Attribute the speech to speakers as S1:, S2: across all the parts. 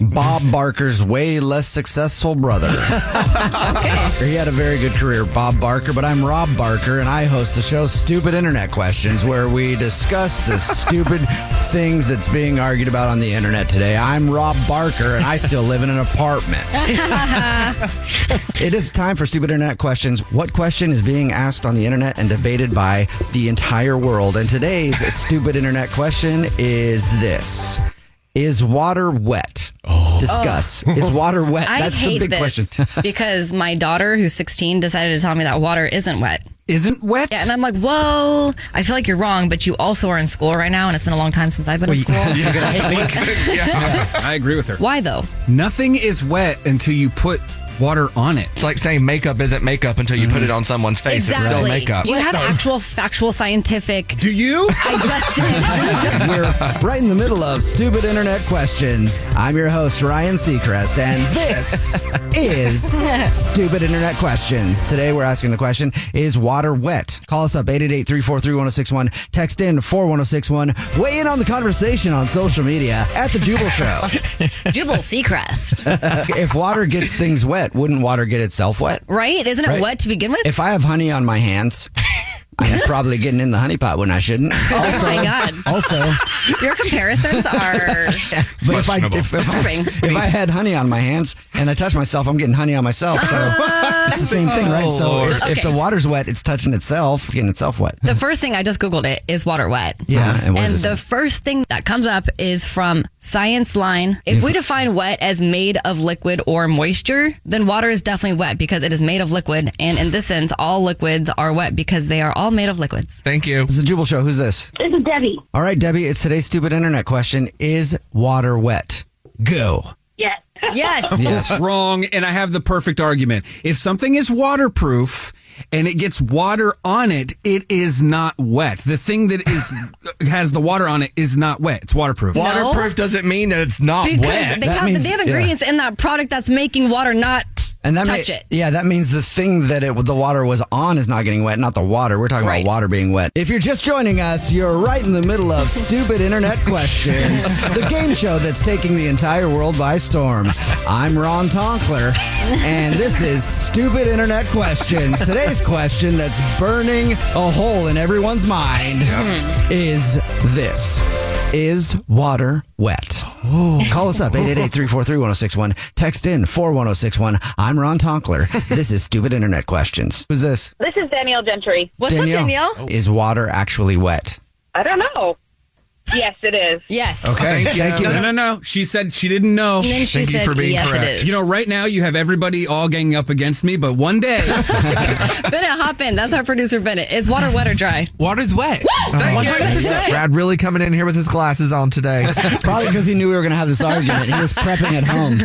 S1: Bob Barker's way less successful brother. He had a very good career, Bob Barker, but I'm Rob Barker and I host the show Stupid Internet Questions where we discuss the stupid things that's being argued about on the internet today. I'm Rob Barker and I still live in an apartment. It is time for stupid internet questions. What question is being asked on the internet and debated by the entire world? And today's stupid internet question is this. Is water wet? Discuss. Is water wet?
S2: Oh. I
S1: That's the
S2: hate
S1: big
S2: this
S1: question.
S2: because my daughter, who's 16, decided to tell me that water isn't wet.
S3: Isn't wet?
S2: Yeah, and I'm like, well, I feel like you're wrong, but you also are in school right now, and it's been a long time since I've been in school.
S3: I agree with her.
S2: Why though?
S3: Nothing is wet until you put water on it. Mm-hmm.
S4: It's like saying makeup isn't makeup until you put it on someone's face. It's still makeup.
S2: Do you have actual factual scientific?
S3: Do you?
S2: I just did.
S1: We're right in the middle of stupid internet questions. I'm your host, Ryan Seacrest, and this is Stupid Internet Questions. Today we're asking the question Is water wet? Call us up 888 343 1061. Text in 41061. Weigh in on the conversation on social media at The Jubal Show.
S2: Jubal Seacrest,
S1: if water gets things wet, wouldn't water get itself wet?
S2: right? Isn't it
S1: Right.
S2: wet to begin with?
S1: If I have honey on my hands, I'm probably getting in the honey pot when I shouldn't.
S2: oh my god,
S1: Also,
S2: your comparisons are
S1: But if I,
S4: Questionable.
S1: if, if, I,
S2: Disturbing.
S1: if I had honey on my hands and I touch myself, I'm getting honey on myself. So it's the same thing, right? So
S4: Oh,
S1: if, if the
S2: Okay.
S1: water's wet, it's touching itself, it's getting itself wet.
S2: the first thing I just googled it is water wet.
S1: Yeah,
S4: Uh-huh.
S1: and what
S2: and
S1: does it
S2: the first thing that comes up is from Science Line. If we define wet as made of liquid or moisture, then water is definitely wet because it is made of liquid. And in this sense, all liquids are wet because they are all made of liquids.
S4: Thank you.
S1: This is the Jubal Show. Who's this?
S5: This is Debbie.
S1: All right, Debbie. It's today's stupid internet question: Is water wet? Go.
S5: Yes.
S2: Yes.
S1: Yes.
S3: Wrong, and I have the perfect argument. If something is waterproof and it gets water on it, it is not wet. The thing that is has the water on it is not wet. It's waterproof.
S4: Waterproof doesn't mean that it's not
S2: Because
S4: wet.
S2: they,
S1: That
S2: have,
S1: means-
S2: they have
S1: yeah.
S2: ingredients in that product that's making water not
S1: And that
S2: touch
S1: may-
S2: it.
S1: Yeah, that means the thing that it the water was on is not getting wet, not the water. We're talking
S2: Right.
S1: about water being wet. If you're just joining us, you're right in the middle of stupid internet questions, the game show that's taking the entire world by storm. I'm Ron Tonkler, and this is stupid internet questions. Today's question that's burning a hole in everyone's mind is this. Is water wet? Call us up 888-343-1061. Text in 41061. I'm Ron Tonkler. This is Stupid Internet Questions. Who's this?
S6: This is Danielle Gentry.
S2: What's up, Danielle?
S1: Is water actually wet?
S6: I don't know.
S7: Yes, it is.
S2: Yes.
S3: Okay. No, no, no. She said she didn't know.
S2: And then she Thank you said, for being "Yes, it correct." is.
S3: You know, right now you have everybody all ganging up against me, but one day.
S2: Bennett, hop in. That's our producer, Bennett. Is water wet or dry?
S4: Water's wet.
S1: Uh-huh.
S4: Brad really coming in here with his glasses on today.
S8: Probably because he knew we were going to have this argument. He was prepping at home,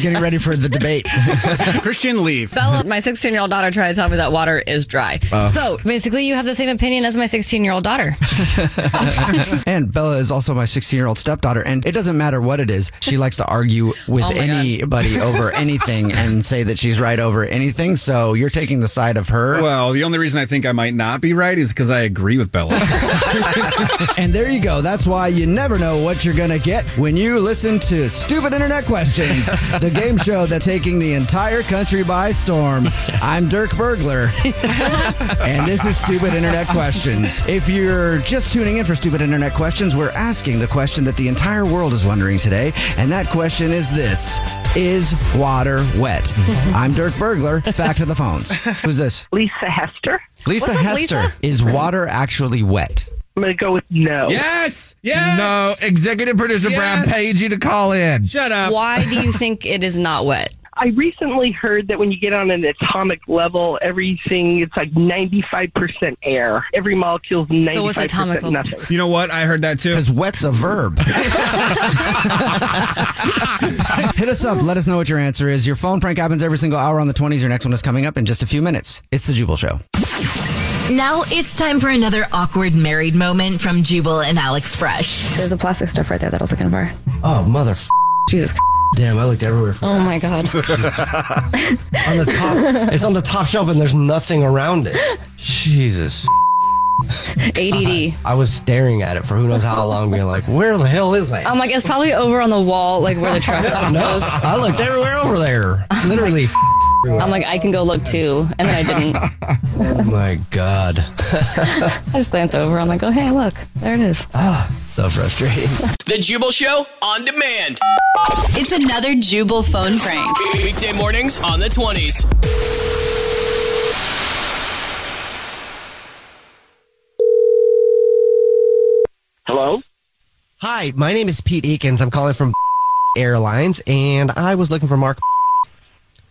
S8: getting ready for the debate.
S3: Christian, leave.
S2: Bella, my 16 year old daughter tried to tell me that water is dry.
S8: Oh.
S2: So basically, you have the same opinion as my 16 year old daughter.
S8: and Bella is also my 16 year old stepdaughter, and it doesn't matter what it is. She likes to argue with
S2: Oh my God.
S8: anybody over anything and say that she's right over anything. So you're taking the side of her.
S3: Well, the only reason I think I might not be right is because I agree with Bella.
S8: and there you go. That's why you never know what you're going to get when you listen to Stupid Internet Questions, the game show that's taking the entire country by storm. I'm Dirk Burglar, and this is Stupid Internet Questions. If you're just tuning in for Stupid Internet Questions, we're asking the question that the entire world is wondering today, and that question is this Is water wet? I'm Dirk Burglar. Back to the phones. Who's this?
S9: Lisa Hester.
S8: Lisa
S9: What's up,
S8: Hester.
S9: Lisa?
S8: Is water actually wet?
S9: I'm going to go with no.
S3: Yes. Yes.
S4: No. Executive producer Brad paid you to call in.
S3: Shut up.
S2: Why do you think it is not wet?
S9: I recently heard that when you get on an atomic level, everything it's like 95% air. Every molecule's 95% nothing.
S3: You know what? I heard that too. Because
S8: wet's a verb. Hit us up. Let us know what your answer is. Your phone prank happens every single hour on the 20s. Your next one is coming up in just a few minutes. It's the Jubal Show.
S10: Now it's time for another awkward married moment from Jubal and Alex Fresh. There's a plastic stuff right there that I was looking for.
S8: Oh, mother.
S2: Jesus.
S1: Damn, I looked everywhere.
S2: Oh my God.
S1: on the top, it's on the top shelf, and there's nothing around it. Jesus.
S2: ADD.
S1: I was staring at it for who knows how long, being like, "Where the hell is that?"
S2: I'm like, it's probably over on the wall, like where the truck
S1: no,
S2: goes.
S1: I looked everywhere over there. Literally.
S2: I'm like, I can go look too. And then I didn't.
S1: oh my god.
S2: I just glance over. I'm like, oh, hey, look. There it is.
S1: So frustrating.
S11: The Jubal Show on demand.
S10: It's another Jubal phone prank.
S11: Weekday mornings on the 20s.
S1: Hello. Hi, my name is Pete Eakins. I'm calling from Airlines, and I was looking for Mark.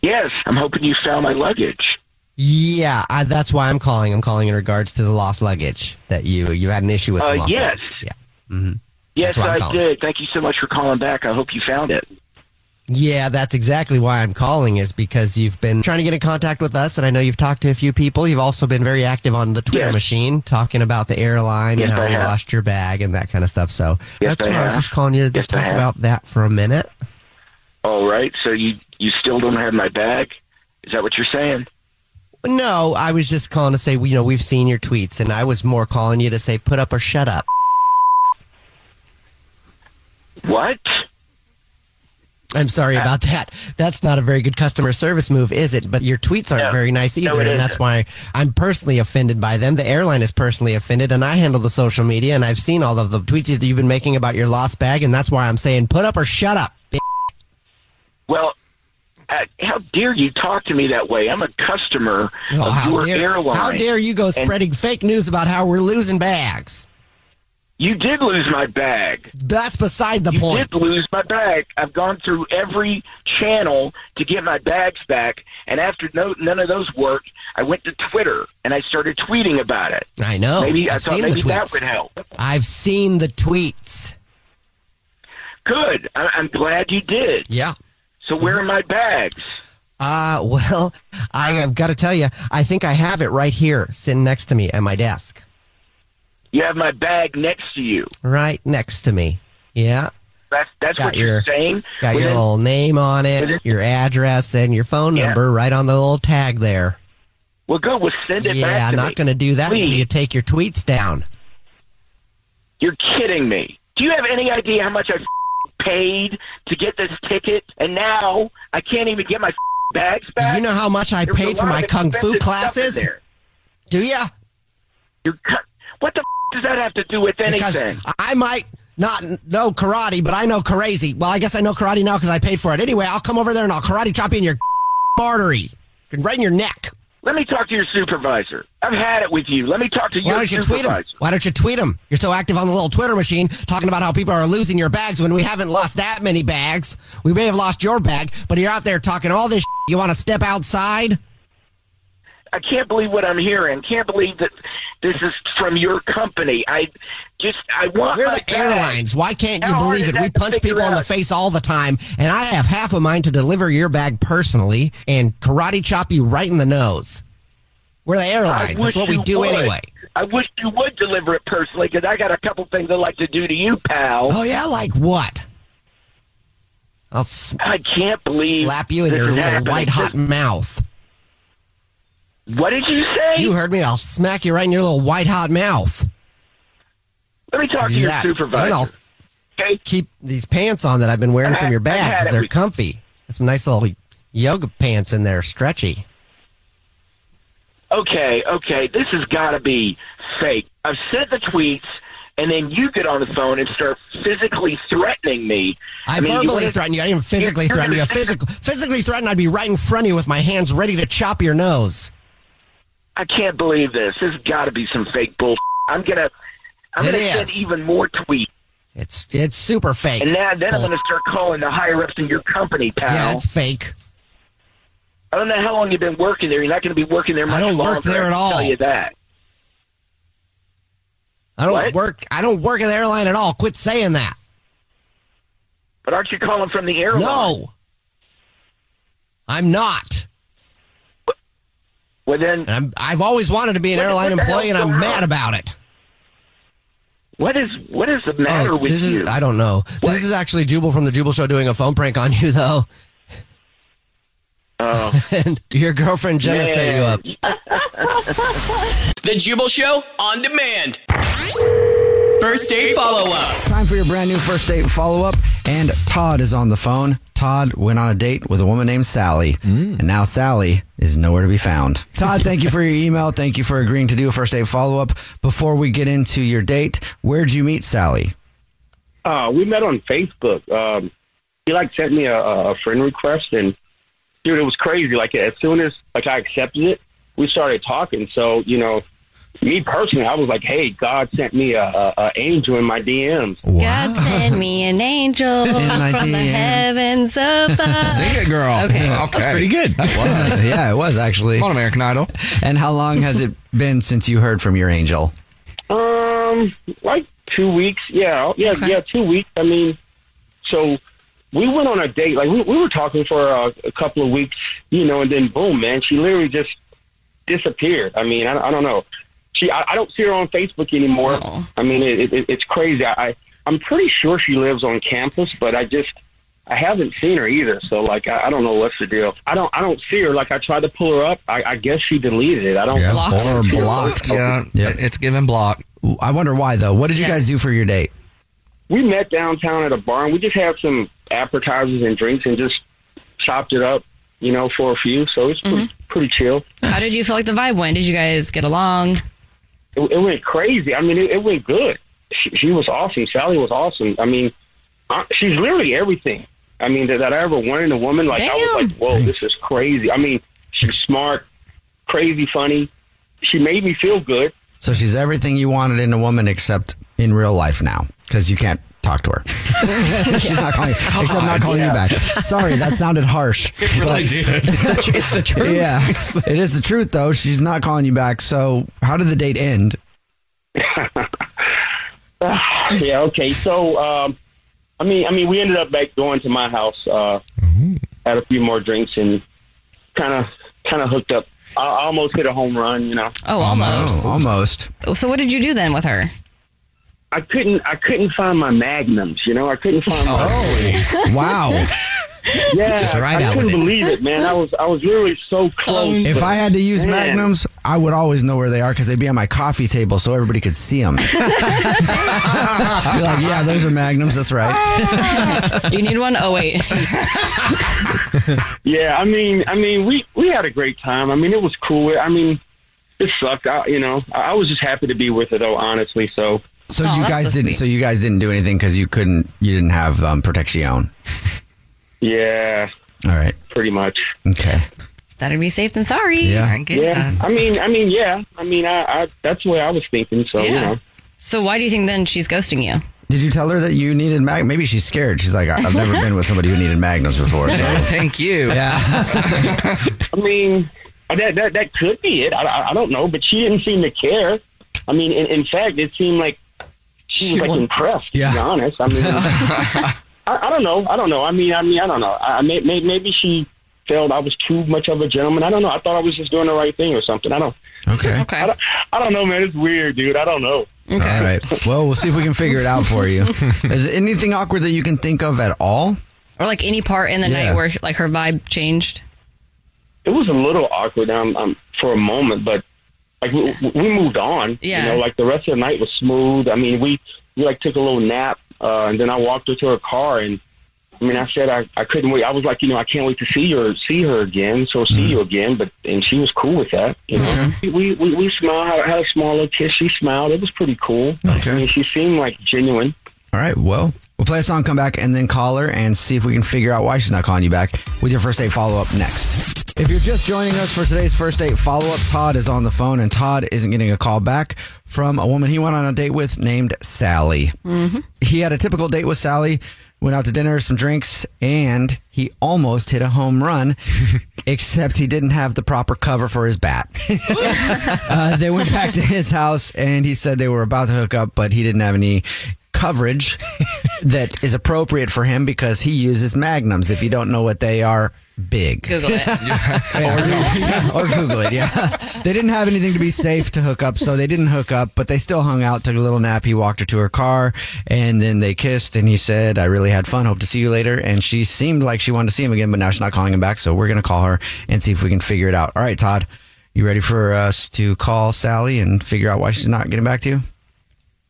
S12: Yes, I'm hoping you found my luggage.
S1: Yeah, I, that's why I'm calling. I'm calling in regards to the lost luggage that you you had an issue with.
S12: Uh,
S1: some lost
S12: yes.
S1: luggage. Yeah. hmm
S12: Yes,
S1: That's why I'm
S12: I
S1: calling.
S12: did. Thank you so much for calling back. I hope you found it.
S1: Yeah, that's exactly why I'm calling is because you've been trying to get in contact with us, and I know you've talked to a few people. You've also been very active on the Twitter machine, talking about the airline
S12: Yes,
S1: and how
S12: I
S1: you
S12: have.
S1: lost your bag and that kind of stuff. So
S12: Yes, I
S1: that's why I was
S12: have.
S1: just calling you to
S12: Yes, I
S1: talk
S12: have.
S1: about that for a minute.
S12: All right. So you you still don't have my bag? Is that what you're saying?
S1: No, I was just calling to say, you know, we've seen your tweets, and I was more calling you to say, put up or shut up.
S12: What?
S1: I'm sorry about that. That's not a very good customer service move, is it? But your tweets aren't very nice
S12: No,
S1: either,
S12: it
S1: and that's
S12: isn't.
S1: why I'm personally offended by them. The airline is personally offended, and I handle the social media, and I've seen all of the tweets that you've been making about your lost bag, and that's why I'm saying put up or shut up. b-
S12: Well, uh, how dare you talk to me that way? I'm a customer
S1: Oh,
S12: of
S1: how,
S12: your
S1: dare,
S12: airline.
S1: how dare you go
S12: And
S1: spreading fake news about how we're losing bags?
S12: You did lose my bag.
S1: That's beside the point.
S12: did lose my bag. I've gone through every channel to get my bags back, and after no, none of those worked, I went to Twitter and I started tweeting about it.
S1: I know.
S12: Maybe I
S1: I've
S12: thought
S1: seen the
S12: maybe that
S1: tweets.
S12: would help.
S1: I've seen the tweets.
S12: Good. I, I'm glad you did.
S1: Yeah. Mm-hmm.
S12: So where are my bags?
S1: Uh, well, I have got to tell you, I think I have it right here, sitting next to me at my desk.
S12: You have my bag next to you.
S1: right next to me. Yeah.
S12: That's that's
S1: Got
S12: what you're
S1: your-
S12: saying.
S1: Got your
S12: Within-
S1: little name on
S12: It is-
S1: it, your address, and your phone
S12: Yeah.
S1: number right on the little tag there.
S12: well, good. Well, send it back.
S1: Yeah, I'm
S12: to
S1: not
S12: me.
S1: going to do that until
S12: Please.
S1: you take your tweets down.
S12: You're kidding me. Do you have any idea how much I paid to get this ticket? And now I can't even get my bags back.
S1: You know how much I
S12: There was a
S1: paid for
S12: lot
S1: my
S12: of
S1: kung fu
S12: expensive stuff in
S1: classes?
S12: there.
S1: Do ya?
S12: You're cu- what the f- does that have to do with
S1: Because
S12: anything?
S1: I might not know karate, but I know crazy. Well, I guess I know karate now because I paid for it. Anyway, I'll come over there and I'll karate chop you in your artery, right in your neck.
S12: Let me talk to your supervisor. I've had it with you. Let me talk to
S9: Why
S12: your
S9: don't you tweet
S12: supervisor.
S9: them? Why don't you tweet them? You're so active on the little Twitter machine talking about how people are losing your bags when we haven't lost that many bags. We may have lost your bag, but you're out there talking all this. You want to step outside?
S12: I can't believe what I'm hearing. Can't believe that this is from your company. I just I want
S9: We're
S12: my
S9: the airlines. Why can't you
S12: How hard
S9: believe
S12: is
S9: it?
S12: that
S9: We
S12: to
S9: punch
S12: figure
S9: people in the
S12: out?
S9: face all the time, and I have half of mine to deliver your bag personally and karate chop you right in the nose. We're the airlines.
S12: I wish
S9: That's what we
S12: you
S9: do
S12: would.
S9: anyway.
S12: I wish you would deliver it personally because I got a couple things I'd like to do to you, pal.
S9: Oh yeah, like what? I'll s-
S12: I can't believe
S9: slap you in
S12: this
S9: your
S12: is
S9: little
S12: happening.
S9: white hot mouth.
S12: What did you say?
S9: You heard me. I'll smack you right in your little white hot mouth.
S12: Let me talk to your
S9: That-
S12: supervisor.
S9: and I'll keep these pants on that I've been wearing from your
S12: I
S9: bag
S12: had
S9: because
S12: it
S9: they're
S12: with-
S9: comfy. That's some nice little yoga pants in there, stretchy.
S12: okay, okay, this has got to be fake. I've sent the tweets, and then you get on the phone and start physically threatening me.
S9: I,
S12: mean,
S9: verbally
S12: wouldn't-
S9: threatened you. I didn't physically
S12: You're
S9: threaten you.
S12: gonna-
S9: Physical, physically threatened, I'd be right in front of you with my hands ready to chop your nose.
S12: I can't believe this. This has got to be some fake bullshit. I'm gonna, I'm
S9: It
S12: gonna
S9: is.
S12: send even more tweets,
S9: It's it's super fake.
S12: and now then I'm
S9: Bull-
S12: gonna start calling the higher ups in your company, pal.
S9: yeah, it's fake.
S12: I don't know how long you've been working there. You're not going to be working there much
S9: I don't
S12: longer.
S9: work there
S12: I can
S9: at all.
S12: Tell you that.
S9: I don't work. I don't work at the airline at all. Quit saying that.
S12: But aren't you calling from the airline?
S9: No, I'm not.
S12: Well then,
S9: I'm, I've always wanted to be an
S12: What-
S9: airline
S12: what the
S9: employee, and
S12: hell's
S9: I'm
S12: going
S9: mad
S12: on?
S9: about it.
S12: What is what is the matter
S9: Oh,
S12: with
S9: this
S12: you?
S9: Is, I don't know. This is actually Jubal from the Jubal Show doing a phone prank on you, though.
S12: Oh.
S9: and your girlfriend Jenna set you up.
S11: The Jubal Show on demand. First date follow up.
S1: Time for your brand new first date follow up. And Todd is on the phone. Todd went on a date with a woman named Sally. And now Sally is nowhere to be found. Mm. Todd, thank you for your email. Thank you for agreeing to do a first date follow up. Before we get into your date, where'd you meet Sally?
S13: Uh, we met on Facebook. Um, he like sent me a, a friend request, and dude, it was crazy. Like as soon as like I accepted it, we started talking. So you know, me personally, I was like, "Hey, God sent me a, a, a angel in my DMs."
S2: God send me an angel
S13: In my
S2: from the
S13: DM.
S2: heavens above. Okay.
S14: good. That
S1: was. yeah, it was actually.
S14: on American Idol.
S1: And how long has it been since you heard from your angel?
S13: Um, like two weeks. Yeah, yeah, yeah, two weeks. I mean, so we went on a date. Like we, we were talking for uh, a couple of weeks, you know, and then boom, man, she literally just disappeared. I mean, I, I don't know. She, I, I don't see her on Facebook anymore. I mean, it, it, it's crazy. I, I, I'm pretty sure she lives on campus, but I just. I haven't seen her either, so like I, I don't know what's the deal. I don't I don't see her. Like I tried to pull her up. I, I guess she deleted it. I don't
S1: Or blocked.
S13: Yeah,
S1: it's given block. I wonder why though. What did you guys do for your date?
S13: we met downtown at a bar and we just had some appetizers and drinks and just chopped it up, you know, for a few. So it's pretty, pretty chill.
S2: How did you feel like the vibe went? Did you guys get along?
S13: It, it went crazy. I mean, it, it went good. She, she was awesome. Sally was awesome. I mean, I, she's literally everything. I mean, that, that I ever wanted in a woman. Like, I was like, whoa, this is crazy. I mean, she's smart, crazy, funny. She made me feel good.
S1: So she's everything you wanted in a woman except in real life now because you can't talk to her. she's not calling, except not calling you back. Sorry, that sounded harsh.
S14: It really
S1: But-
S14: did. It's the tr- it's the truth.
S1: Yeah, it is the truth though. She's not calling you back. So how did the date end?
S13: yeah. Okay. So, um, I mean, I mean, we ended up back going to my house, uh,
S1: Mm-hmm.
S13: had a few more drinks, and kind of, kind of hooked up. I I almost hit a home run, you know.
S2: Oh, almost.
S1: Oh, almost.
S2: So what did you do then with her?
S13: I couldn't. I couldn't find my magnums. You know, I couldn't find. my
S1: Oh, wow.
S13: Yeah,
S1: Just right
S13: I
S1: out
S13: couldn't
S1: with it.
S13: believe it, man. I was, I was literally so close.
S1: Um, If
S13: but,
S1: I had to use
S13: man.
S1: magnums, I would always know where they are because they'd be on my coffee table so everybody could see them. Be like, yeah, those are magnums. That's right.
S2: you need one? Oh wait.
S13: yeah, I mean, I mean, we we had a great time. I mean, it was cool. I mean, it sucked. I, you know, I, I was just happy to be with her, though. Honestly, Oh, so.
S1: So you guys didn't. Oh, So you guys didn't do anything because you couldn't. You didn't have um, protection.
S13: Yeah.
S1: All right.
S13: Pretty much.
S1: Okay.
S2: That'd be safe than sorry.
S13: yeah. I mean, I mean, yeah. I mean, I, I that's what I was thinking. So you
S2: Yeah.
S13: know,
S2: So why do you think then she's ghosting you?
S1: Did you tell her that you needed magnums? Maybe she's scared. She's like, I- I've never been with somebody who needed magnums before. So
S15: Thank you.
S1: Yeah.
S13: I mean, uh, that that that could be it. I, I, I don't know, but she didn't seem to care. I mean, in, in fact, it seemed like she,
S12: She
S13: was like
S12: wa-
S13: impressed. To
S12: Yeah.
S13: be honest, I mean, I, I don't know. I don't know. I mean, I mean, I don't know. I, I may, may, maybe she felt I was too much of a gentleman. I don't know. I thought I was just doing the right thing or something. I don't.
S1: Okay.
S2: Okay.
S13: I don't, I don't know, man. It's weird, dude. I don't know.
S1: All right. Well, we'll see if we can figure it out for you. Is there anything awkward that you can think of at all?
S2: Or like any part in the
S1: Yeah.
S2: night where like her vibe changed?
S13: it was a little awkward um, um, for a moment, but like we, we moved on.
S2: Yeah.
S13: You know, like the rest of the night was smooth. I mean, we we like took a little nap, uh, and then I walked her to her car, and I mean, I said I, I couldn't wait. I was like, you know, I can't wait to see her, see her again. So
S1: Mm.
S13: see you again, but and she was cool with that. You know, we, we we smiled, had, had a small little kiss. She smiled. It was pretty cool. I mean, she seemed like genuine.
S1: All right. Well, we'll play a song, come back, and then call her and see if we can figure out why she's not calling you back with your first date follow up next. If you're just joining us for today's first date follow up, Todd is on the phone, and Todd isn't getting a call back from a woman he went on a date with named Sally. Mm-hmm. He had a typical date with Sally, went out to dinner, some drinks, and he almost hit a home run, except he didn't have the proper cover for his bat. uh, they went back to his house, and he said they were about to hook up, but he didn't have any coverage that is appropriate for him because he uses magnums. If you don't know what they are, big.
S2: Google it.
S1: Yeah. or Google it, yeah. They didn't have anything to be safe to hook up, so they didn't hook up, but they still hung out, took a little nap. He walked her to her car, and then they kissed, and he said, I really had fun. Hope to see you later. And she seemed like she wanted to see him again, but now she's not calling him back, so we're going to call her and see if we can figure it out. All right, Todd, you ready for us to call Sally and figure out why she's not getting back to you?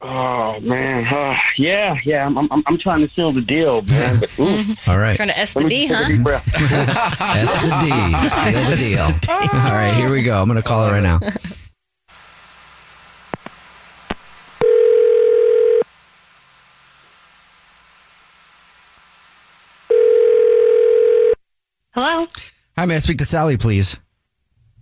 S13: Oh man, uh, yeah, yeah. I'm, I'm I'm trying to seal the deal, man. But, ooh.
S1: All right.
S2: Trying to S
S13: Let
S2: the D,
S13: me take a
S2: huh?
S13: deep breath.
S1: That's the D. Seal the deal. All right, here we go. I'm going to call her right now.
S16: Hello.
S1: Hi, may I speak to Sally, please?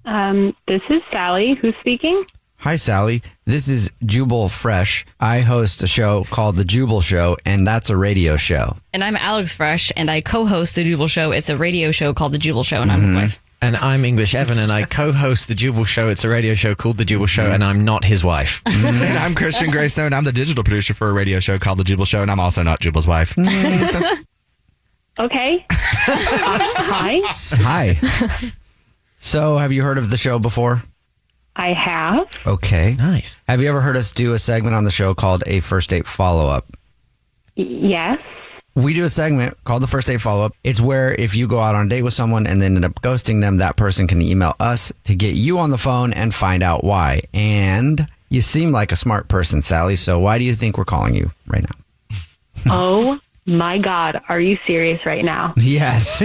S16: Um, this is Sally. Who's speaking?
S1: Hi, Sally. This is Jubal Fresh. I host a show called The Jubal Show, and that's a radio show.
S2: And I'm Alex Fresh, and I co-host the Jubal Show. It's a radio show called the Jubal Show, and I'm
S1: Mm-hmm.
S2: his wife.
S15: And I'm English Evan, and I co-host the Jubal Show. It's a radio show called the Jubal Show, and I'm not his wife.
S14: and I'm Christian Greystone. I'm the digital producer for a radio show called The Jubal Show, and I'm also not Jubal's wife.
S4: Mm.
S16: Okay. Hi.
S1: Hi. so, have you heard of the show before?
S16: I have.
S1: Okay. Nice. Have you ever heard us do a segment on the show called A First Date Follow Up?
S16: Y- Yes.
S1: We do a segment called the first date follow up. It's where if you go out on a date with someone and then end up ghosting them, that person can email us to get you on the phone and find out why. And you seem like a smart person, Sally. So why do you think we're calling you right now?
S16: Oh my God. Are you serious right now?
S1: Yes.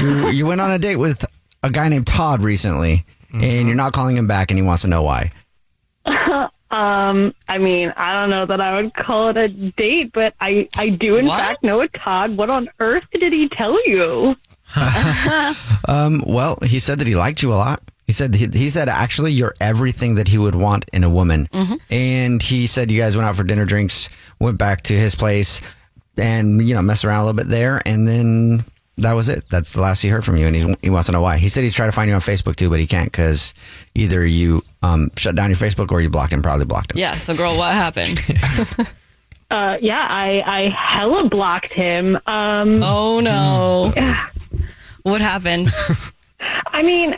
S1: you, you went on a date with a guy named Todd recently and you're not calling him back and he wants to know why.
S16: um, I mean, I don't know that I would call it a date, but I, I do in
S1: What?
S16: fact know a Todd. What on earth did he tell you?
S1: Um, well, he said that he liked you a lot. He said he, he said actually you're everything that he would want in a woman. And he said you guys went out for dinner drinks, went back to his place, and you know messed around a little bit there, and then that was it. That's the last he heard from you, and he, he wants to know why. He said he's trying to find you on Facebook too, but he can't because either you um, shut down your Facebook or you blocked him. Probably blocked him.
S2: Yeah. So, girl, what happened?
S16: Uh, yeah, I, I hella blocked him. Um,
S2: oh no. what happened?
S16: I mean,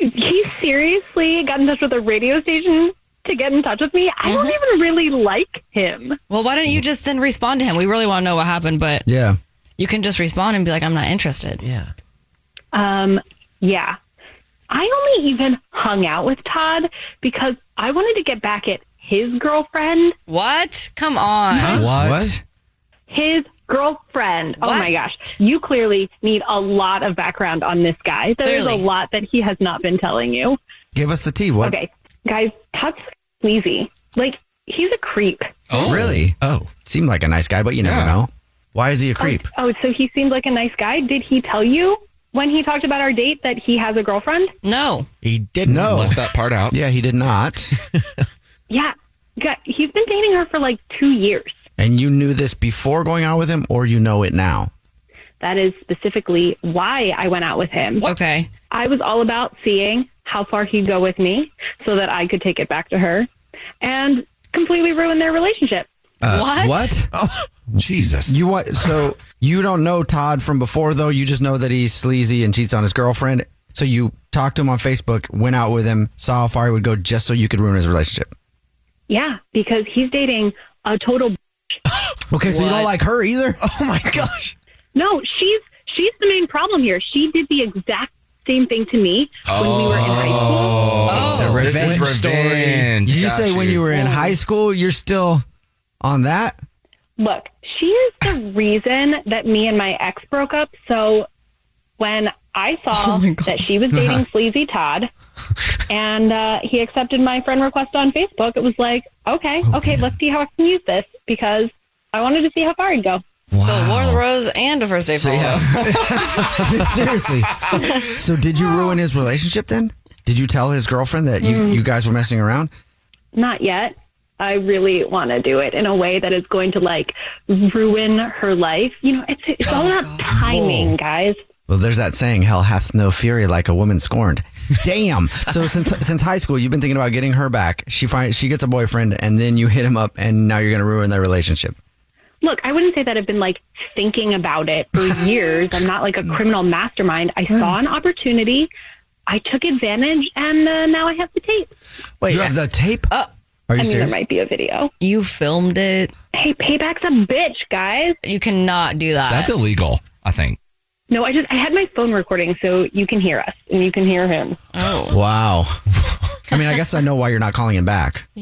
S16: he seriously got in touch with a radio station to get in touch with me. I don't
S2: Mm-hmm.
S16: even really like him.
S2: Well, why didn't you just then respond to him? We really want to know what happened, but
S1: yeah,
S2: you can just respond and be like, "I'm not interested." Yeah.
S16: Um, yeah. I only even hung out with Todd because I wanted to get back at his girlfriend.
S2: What? Come on.
S1: What?
S16: His girlfriend. Oh
S2: What?
S16: my gosh. You clearly need a lot of background on this guy. There's
S2: Clearly.
S16: a lot that he has not been telling you.
S1: Give us the tea. What?
S16: Okay. Guys, Todd's sleazy. Like, he's a creep.
S1: Oh, really? Oh, seemed
S15: Oh,
S1: like a nice guy, but you never know. Why is he a creep?
S16: Oh, so he seemed like a nice guy. Did he tell you? when he talked about our date that he has a girlfriend?
S2: No.
S15: He didn't no. left that part out.
S1: Yeah, he did not.
S16: Yeah. Got, he's been dating her for like two years.
S1: and you knew this before going out with him, or you know it now?
S16: That is specifically why I went out with him.
S2: Okay.
S16: I was all about seeing how far he'd go with me so that I could take it back to her and completely ruin their relationship.
S1: Uh, What? Oh,
S15: Jesus.
S1: You what? So you don't know Todd from before, though. You just know that he's sleazy and cheats on his girlfriend. So you talked to him on Facebook, went out with him, saw how far he would go, just so you could ruin his relationship.
S16: Yeah, because he's dating a total. b-
S1: Okay, so you don't like her either.
S15: Oh my gosh.
S16: No, she's she's the main problem here. She did the exact same thing to me when we were in high school.
S15: Oh,
S1: So
S15: this is revenge.
S1: You
S15: Got
S1: say when you were in high school, you're still on that.
S16: Look, she is the reason that me and my ex broke up. So when I saw that she was dating sleazy Todd and uh, he accepted my friend request on Facebook, it was like, okay, okay, let's see how I can use this because I wanted to see how far I'd go.
S2: So Lord of the Rose and a first date follow.
S1: Seriously. So did you ruin his relationship then? Did you tell his girlfriend that you,
S16: Mm.
S1: you guys were messing around?
S16: Not yet. I really want to do it in a way that is going to like ruin her life. You know, it's it's all about timing, guys.
S1: Well, there's that saying, "Hell hath no fury like a woman scorned." Damn. So since since high school, you've been thinking about getting her back. She finds she gets a boyfriend, and then you hit him up, and now you're gonna ruin their relationship.
S16: Look, I wouldn't say that I've been like thinking about it for years. I'm not like a criminal mastermind. I saw an opportunity, I took advantage, and uh, now I have the tape.
S1: Wait, you have the tape? Are you
S16: I mean,
S1: serious?
S16: there might be a video.
S2: You filmed it.
S16: Hey, payback's a bitch, guys.
S2: You cannot do that.
S15: That's illegal, I think.
S16: No, I just I had my phone recording, so you can hear us and you can hear him.
S2: Oh.
S1: Wow. I mean, I guess I know why you're not calling him back.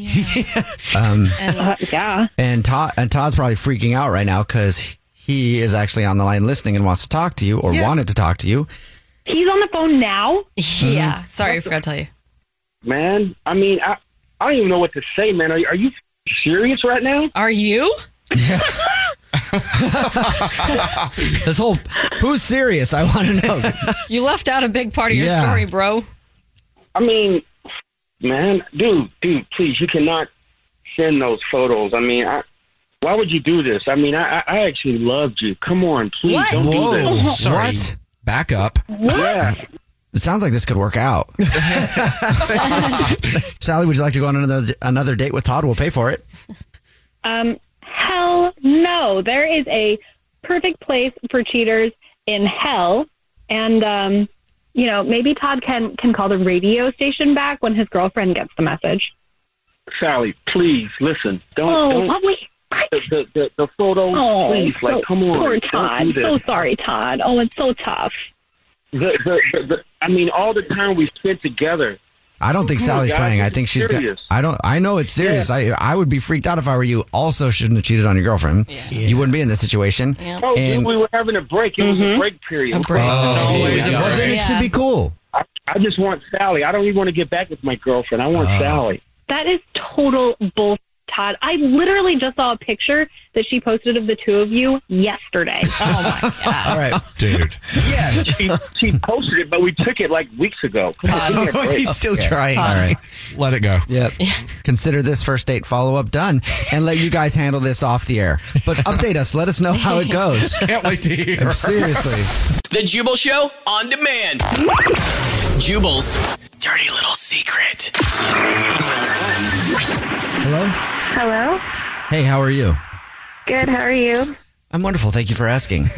S1: Um,
S16: Uh, yeah.
S1: and Todd and Todd's probably freaking out right now because he is actually on the line listening and wants to talk to you or wanted to talk to you.
S16: He's on the phone now.
S1: Mm-hmm.
S2: Yeah. Sorry, I forgot to tell you.
S13: man. I mean, I, I don't even know what to say, man. Are, you- are you serious right now?
S2: Are you?
S1: This whole who's serious? I want to know.
S2: You left out a big part of your
S13: Yeah.
S2: story, bro.
S13: I mean, man, dude, dude, please, you cannot send those photos. I mean, I, why would you do this? I mean, I, I I actually loved you. Come on, please,
S1: What?
S13: don't do
S1: Whoa,
S13: this.
S1: sorry. What?
S15: Back up.
S13: Yeah.
S1: It sounds like this could work out. Sally, would you like to go on another another date with Todd? We'll pay for it.
S16: Um, hell no. There is a perfect place for cheaters in hell. And, um, you know, maybe Todd can, can call the radio station back when his girlfriend gets the message.
S13: Sally, please listen. Don't.
S16: Oh,
S13: don't
S16: lovely.
S13: The, the, the, the photos,
S16: Oh,
S13: please, like,
S16: so-
S13: come on.
S16: Poor
S13: don't
S16: Todd.
S13: do this.
S16: So sorry, Todd. Oh, it's so tough.
S13: The, the, the, the, I mean, all the time we spent together.
S1: I don't think
S13: Oh my
S1: Sally's
S13: God,
S1: playing.
S13: this
S1: I
S13: is
S1: think she's. got-
S13: serious.
S1: I don't. I know it's serious. I I would be freaked out if I were you. Also, shouldn't have cheated on your girlfriend. You wouldn't be in this situation.
S13: Oh, dude,
S1: And
S13: we were having a break. It was a break period.
S1: Mm-hmm. A break. Oh, It's always a well, break. then it should be cool.
S13: I, I just want Sally. I don't even want to get back with my girlfriend. I want
S1: Uh.
S13: Sally.
S16: That is total bull, Todd. I literally just saw a picture that she posted of the two of you yesterday. Oh,
S1: all right,
S15: dude.
S13: Yeah, she, she posted it, but we took it like weeks ago. Come on, give
S1: Oh,
S13: me a break.
S1: Yeah. All right,
S15: let it go.
S1: Yep. Consider this first date follow up done, and let you guys handle this off the air. But update us. Let us know how it goes.
S15: Can't wait to hear.
S1: I'm seriously.
S11: The Jubal Show on demand. Jubal's dirty little secret.
S1: Hello.
S14: Hello.
S1: Hey, how are you?
S14: Good. How are you?
S1: I'm wonderful. Thank you for asking.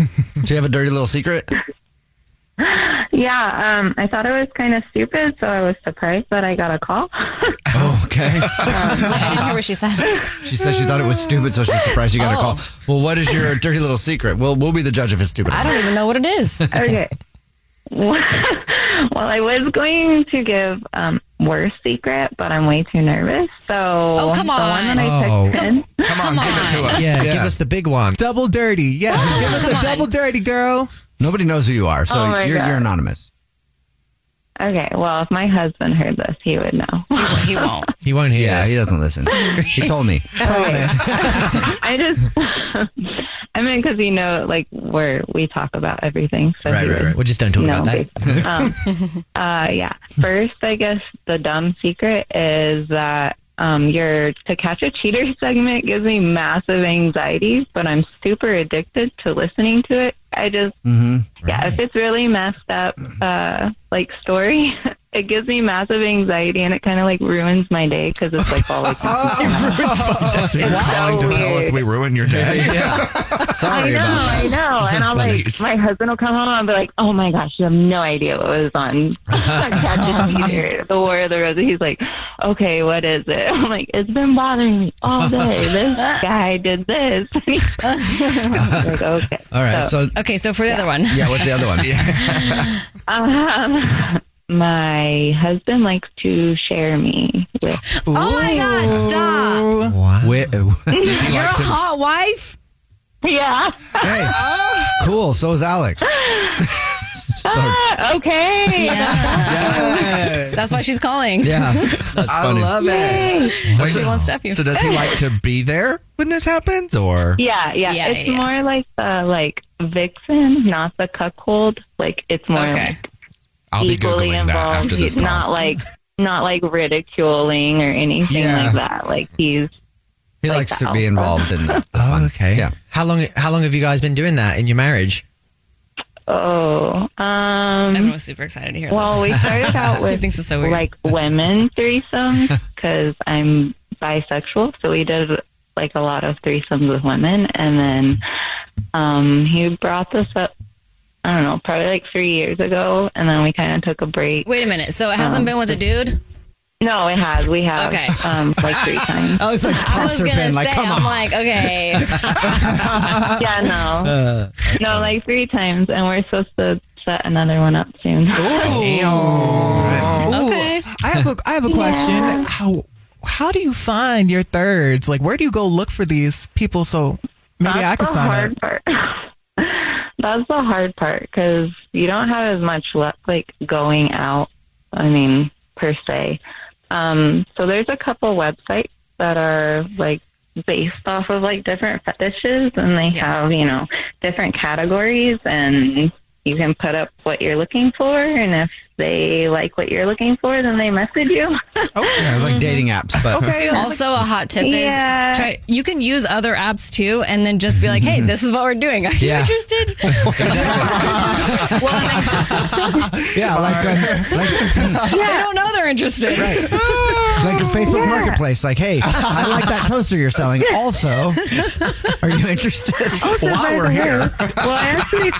S1: Do you have a dirty little secret?
S14: Yeah. Um, I thought it was kind of stupid, so I was surprised that I got a call.
S1: Oh, Okay.
S2: I didn't hear what she said.
S1: She said she thought it was stupid, so she's surprised you got a
S2: Oh.
S1: call. Well, what is your dirty little secret? We'll we'll be the judge if it's stupid. or
S2: I don't even know what it is.
S14: okay. well, I was going to give um, worst secret, but I'm way too nervous. So
S2: Oh, come
S14: the one that I
S15: on.
S14: texted-
S9: Oh.
S15: Come on, give it to us.
S14: Yeah,
S15: give us the big one.
S1: Double dirty, yeah. Give us a double dirty, girl. Nobody knows who you are, so
S14: Oh my
S1: you're,
S14: God.
S1: you're anonymous.
S14: Okay. Well, if my husband heard this, he would know.
S2: He won't.
S1: He won't hear. Yeah, he doesn't listen. he told me.
S14: I just I mean, because you know, like where we talk about everything. So
S15: Right,
S14: he
S15: right, right. We just don't talk
S14: No,
S15: about that.
S14: basically. Um, uh, yeah. First, I guess the dumb secret is that um, your To Catch a Cheater segment gives me massive anxiety, but I'm super addicted to listening to it. I just,
S1: Mm-hmm.
S15: Mm-hmm.
S14: yeah, if it's really messed up, uh, like story, it gives me massive anxiety and it kind of like ruins my day because it's like all like. That's you calling to tell us we ruined your day. I
S3: Sorry
S14: know,
S3: about
S14: I know. And I'll like,
S3: Jeez.
S14: my husband will come home and be like, oh my gosh, you have no idea what was on Catch a Cheater, The War of the Roses. He's like, okay, what is it? I'm like, it's been bothering me all day. This guy did this. I'm like, okay.
S1: All right, so-
S2: okay, so for the other one,
S1: Yeah, what's the other one?
S14: Um, my husband likes to share me with.
S2: Oh my God! Stop.
S1: Where-
S2: You're a
S15: Oh,
S2: hot wife.
S14: Yeah.
S1: hey, cool. So is Alex. Sorry.
S14: Ah, okay.
S2: That's why she's calling.
S1: Yeah.
S15: I
S2: funny.
S15: love
S2: Yay.
S15: it.
S2: Wait, She wants to F you.
S15: So does he like to be there when this happens, or
S14: Yeah, yeah.
S2: Yeah,
S14: it's
S2: yeah, yeah.
S14: more like the like vixen, not the cuckold. Like it's more
S2: Okay.
S14: like
S15: I'll be
S14: equally
S15: googling
S14: involved.
S15: that after this
S14: He's
S15: call.
S14: not like not like ridiculing or anything
S15: Yeah.
S14: like that. Like he's
S1: He
S14: likes to be
S1: involved in the,
S15: oh, okay. Yeah.
S14: Mm-hmm.
S15: How long? How long have you guys been doing that in your marriage?
S14: oh um.
S2: Everyone was super excited to hear.
S14: Well, we
S2: this.
S14: started out
S2: He
S14: with
S2: thinks it's so weird.
S14: like women threesomes because I'm bisexual, so we did like a lot of threesomes with women, and then um, he brought this up. I don't know, probably like three years ago, and then we kind of took a break.
S2: Wait a minute. So it hasn't
S14: Um,
S2: been with a dude.
S14: No, it has. We have
S2: Okay.
S14: um, like three times.
S1: Oh, it's like
S2: I was gonna say, I'm like, okay.
S14: yeah, no, no, like three times, and we're supposed to set another one up soon.
S1: Ooh.
S15: I
S14: Okay.
S15: have a I have a question. How how do you find your thirds? Like, where do you go look for these people? So maybe I can
S14: the
S15: sign
S14: hard
S15: up.
S14: part. That's the hard part because you don't have as much luck like going out. I mean, per se. Um, so there's a couple websites that are like based off of like different fetishes, and they have you know different categories, and you can put up what you're looking for, and if they like what you're looking for, then they message you.
S1: Yeah, it's like dating apps, but
S2: Also, a hot tip
S14: Yeah.
S2: is try, you can use other apps too, and then just be like, "Hey, this is what we're doing. Are you
S1: Yeah.
S2: interested?"
S1: yeah, like uh, like,
S2: They don't know they're interested.
S1: like the Facebook Marketplace. Like, hey, I like that toaster you're selling. Also, are you interested?
S14: Also, by the way, well, I actually,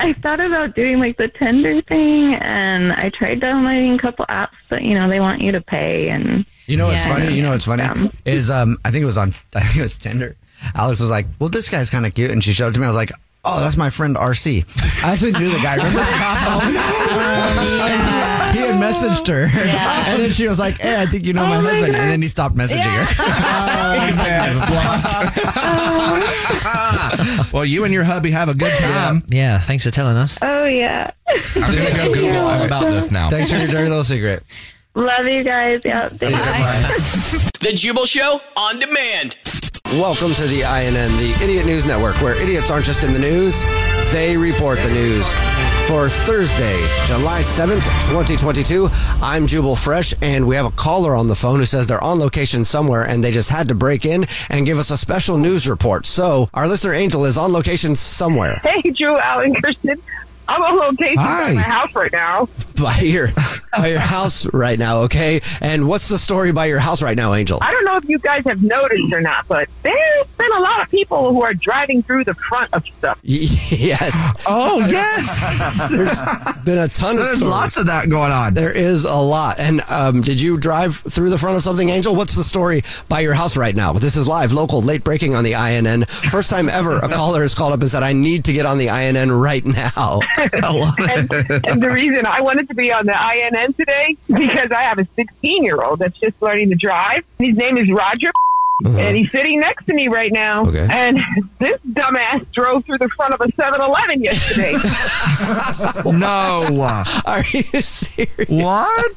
S14: I thought about doing like the Tinder thing, and I tried downloading a couple apps, but you know they want you to pay, and
S1: You know what's funny? You know what's funny is um I think it was on I think it was Tinder. Alex was like, "Well, this guy's kind of cute," and she showed it to me. I was like, "Oh, that's my friend RC." I actually knew the guy. Remember? And he had messaged her, and then she was like, "Hey, I think you know my husband," and then he stopped messaging her. He's like, "I've blocked."
S7: Oh,
S14: well,
S15: you and your hubby have a good time. Yeah. thanks for telling us.
S14: oh yeah,
S15: I'm gonna go Google all about this now.
S1: Thanks for your dirty little secret.
S14: love you guys. Yeah,
S11: The Jubal Show on demand.
S9: Welcome to the INN, the Idiot News Network, where idiots aren't just in the news, they report the news. For Thursday, July 7th, 2022, I'm Jubal Fresh, and we have a caller on the phone who says they're on location somewhere and they just had to break in and give us a special news report. So, our listener Angel is on location somewhere.
S7: Hey, Drew, Alan, Christian. I'm on location
S9: Hi.
S7: at my house right now.
S9: By your, by your house right now, okay? And what's the story by your house right now, Angel?
S7: I don't know if you guys have noticed or not, but there's been a lot of people who are driving through the front of stuff.
S9: Yes.
S7: Oh,
S9: There's been a ton of.
S15: There's lots
S9: of that going on. There is a lot. And um, did you drive through the front of something, Angel? What's the story by your house right now? This is live, local, late breaking on the INN. First time ever a caller has called up and said, "I need to get on the INN right now."
S7: and, and the reason I wanted to be on the INN today because I have a 16 year old that's just learning to drive. His name is Roger,
S1: Uh-huh.
S7: and he's sitting next to me right now.
S9: Okay.
S7: And this dumbass drove through the front of a 7 Eleven yesterday.
S9: no. Are you serious? What?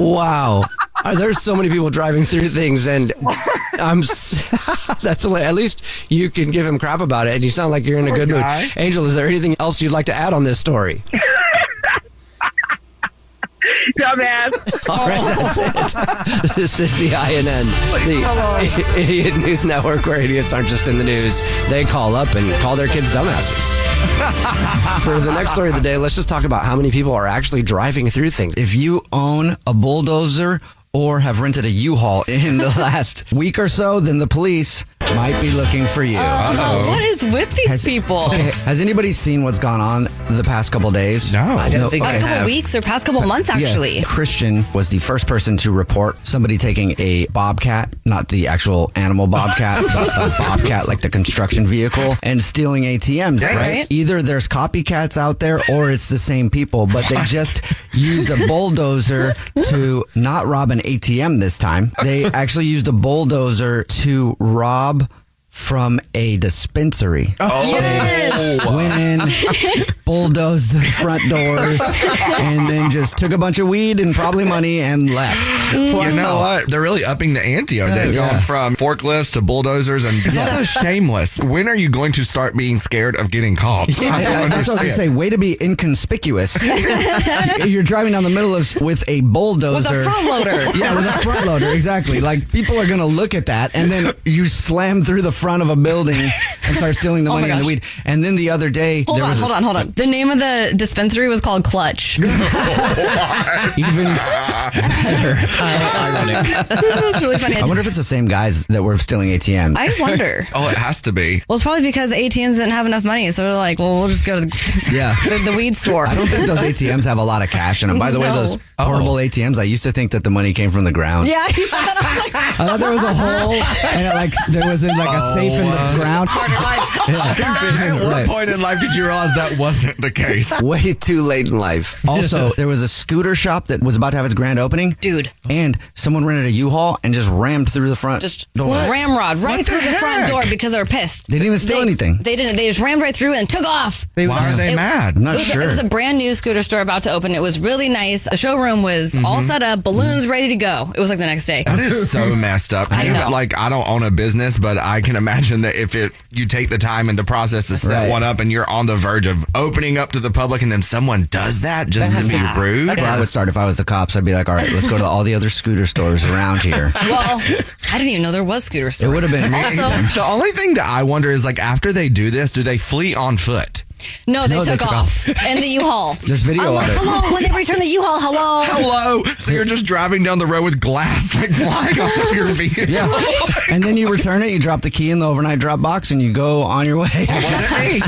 S9: wow.
S1: Uh, There's so many people driving through things, and I'm. s- that's a, at least you can give him crap about it, and you sound like you're in a good mood.
S17: guy.
S1: Angel, is there anything else you'd like to add on this story?
S7: Dumbass.
S1: All right, that's it. This is the INN,
S7: Come
S1: the
S7: on.
S1: Idiot News Network, where idiots aren't just in the news. They call up and call their kids dumbasses. For the next story of the day, let's just talk about how many people are actually driving through things. If you own a bulldozer or have rented a U-Haul in the last week or so, then the police might be looking for you.
S2: Oh, Uh-huh. What is with these people?
S1: Okay, has anybody seen what's gone on the past couple days? No, I
S2: Past couple weeks or past couple months, actually.
S1: yeah, Christian was the first person to report somebody taking a bobcat, not the actual animal bobcat, but a bobcat like the construction vehicle, and stealing ATMs.
S18: Dang.
S1: Right? Either there's copycats out there, or it's the same people, but they just used a bulldozer to not rob an ATM this time. They actually used a bulldozer to rob. From a dispensary.
S7: Oh. Yes.
S1: They Went in, bulldozed the front doors, and then just took a bunch of weed and probably money and left.
S14: Mm.
S4: You know what? They're really upping the ante, aren't they?
S1: Yeah.
S4: Going from forklifts to bulldozers, and it's also shameless. When are you going to start being scared of getting caught? I don't
S1: Yeah, that's what I was gonna say.
S4: understand.
S1: Way to be inconspicuous. You're driving down the middle of with a bulldozer,
S4: front loader.
S1: yeah, with a front loader. Exactly. Like people are gonna look at that, and then you slam through the front of a building and start stealing the
S2: Oh my
S1: money and the
S2: gosh.
S1: weed. And then the other day,
S2: Hold
S1: there
S2: on,
S1: was a-
S2: hold on, hold on. The name of the dispensary was called Clutch.
S1: even
S2: That's really funny.
S1: I wonder if it's the same guys that were stealing ATMs.
S2: I wonder.
S4: Oh, it has to be.
S2: Well, it's probably because the ATMs didn't have enough money, so they're like, well, we'll just go to the,
S1: Yeah.
S2: the, the weed store.
S1: I don't think those ATMs have a lot of cash in them. By the way,
S2: No.
S1: those portable
S4: Oh.
S1: ATMs, I used to think that the money came from the ground.
S2: Yeah.
S1: I thought there was a hole and it, like there was in, like a
S4: Oh.
S1: safe in the ground.
S4: At what point in life did you realize that wasn't the case?
S1: Way too late in life. Also, there was a scooter shop that was about to have its grand opening.
S2: Dude.
S1: And someone rented a U-Haul and just rammed through the front
S2: Just
S1: door.
S2: ramrod right
S4: What the
S2: through the front
S1: heck?
S2: door because they were pissed.
S1: They didn't even steal anything.
S2: They didn't. They just rammed right through and took off.
S1: Wow.
S2: It- it
S1: I'm not
S2: was,
S1: sure.
S2: It was a brand new scooter store about to open. It was really nice. The showroom was all set up, balloons ready to go. It was like the next day.
S4: That is so messed up.
S2: I know.
S4: Like I don't own a business, but I can imagine that if it you take the time and the process to set
S1: Right.
S4: one up, and you're on the verge of opening up to the public, and then someone does that just to be rude.
S1: That's where I would start if I was the cops. I'd be like, all right, let's go to all the other scooter stores around here.
S2: well, I didn't even know there was scooter stores.
S4: It would have been.
S2: also.
S4: the only thing that I wonder is like after they do this, do they flee on foot?
S2: No, they,
S4: No,
S2: took, off. And the U-Haul.
S4: There's video
S2: I'm
S4: of
S2: like,
S4: it.
S2: Hello, when they return the U-Haul,
S4: Oh.
S2: hello.
S4: Hello. So you're just driving down the road with glass like flying off of your vehicle.
S1: Yeah.
S4: Oh
S1: and then you return it, you drop the key in the overnight drop box, and you go on your way.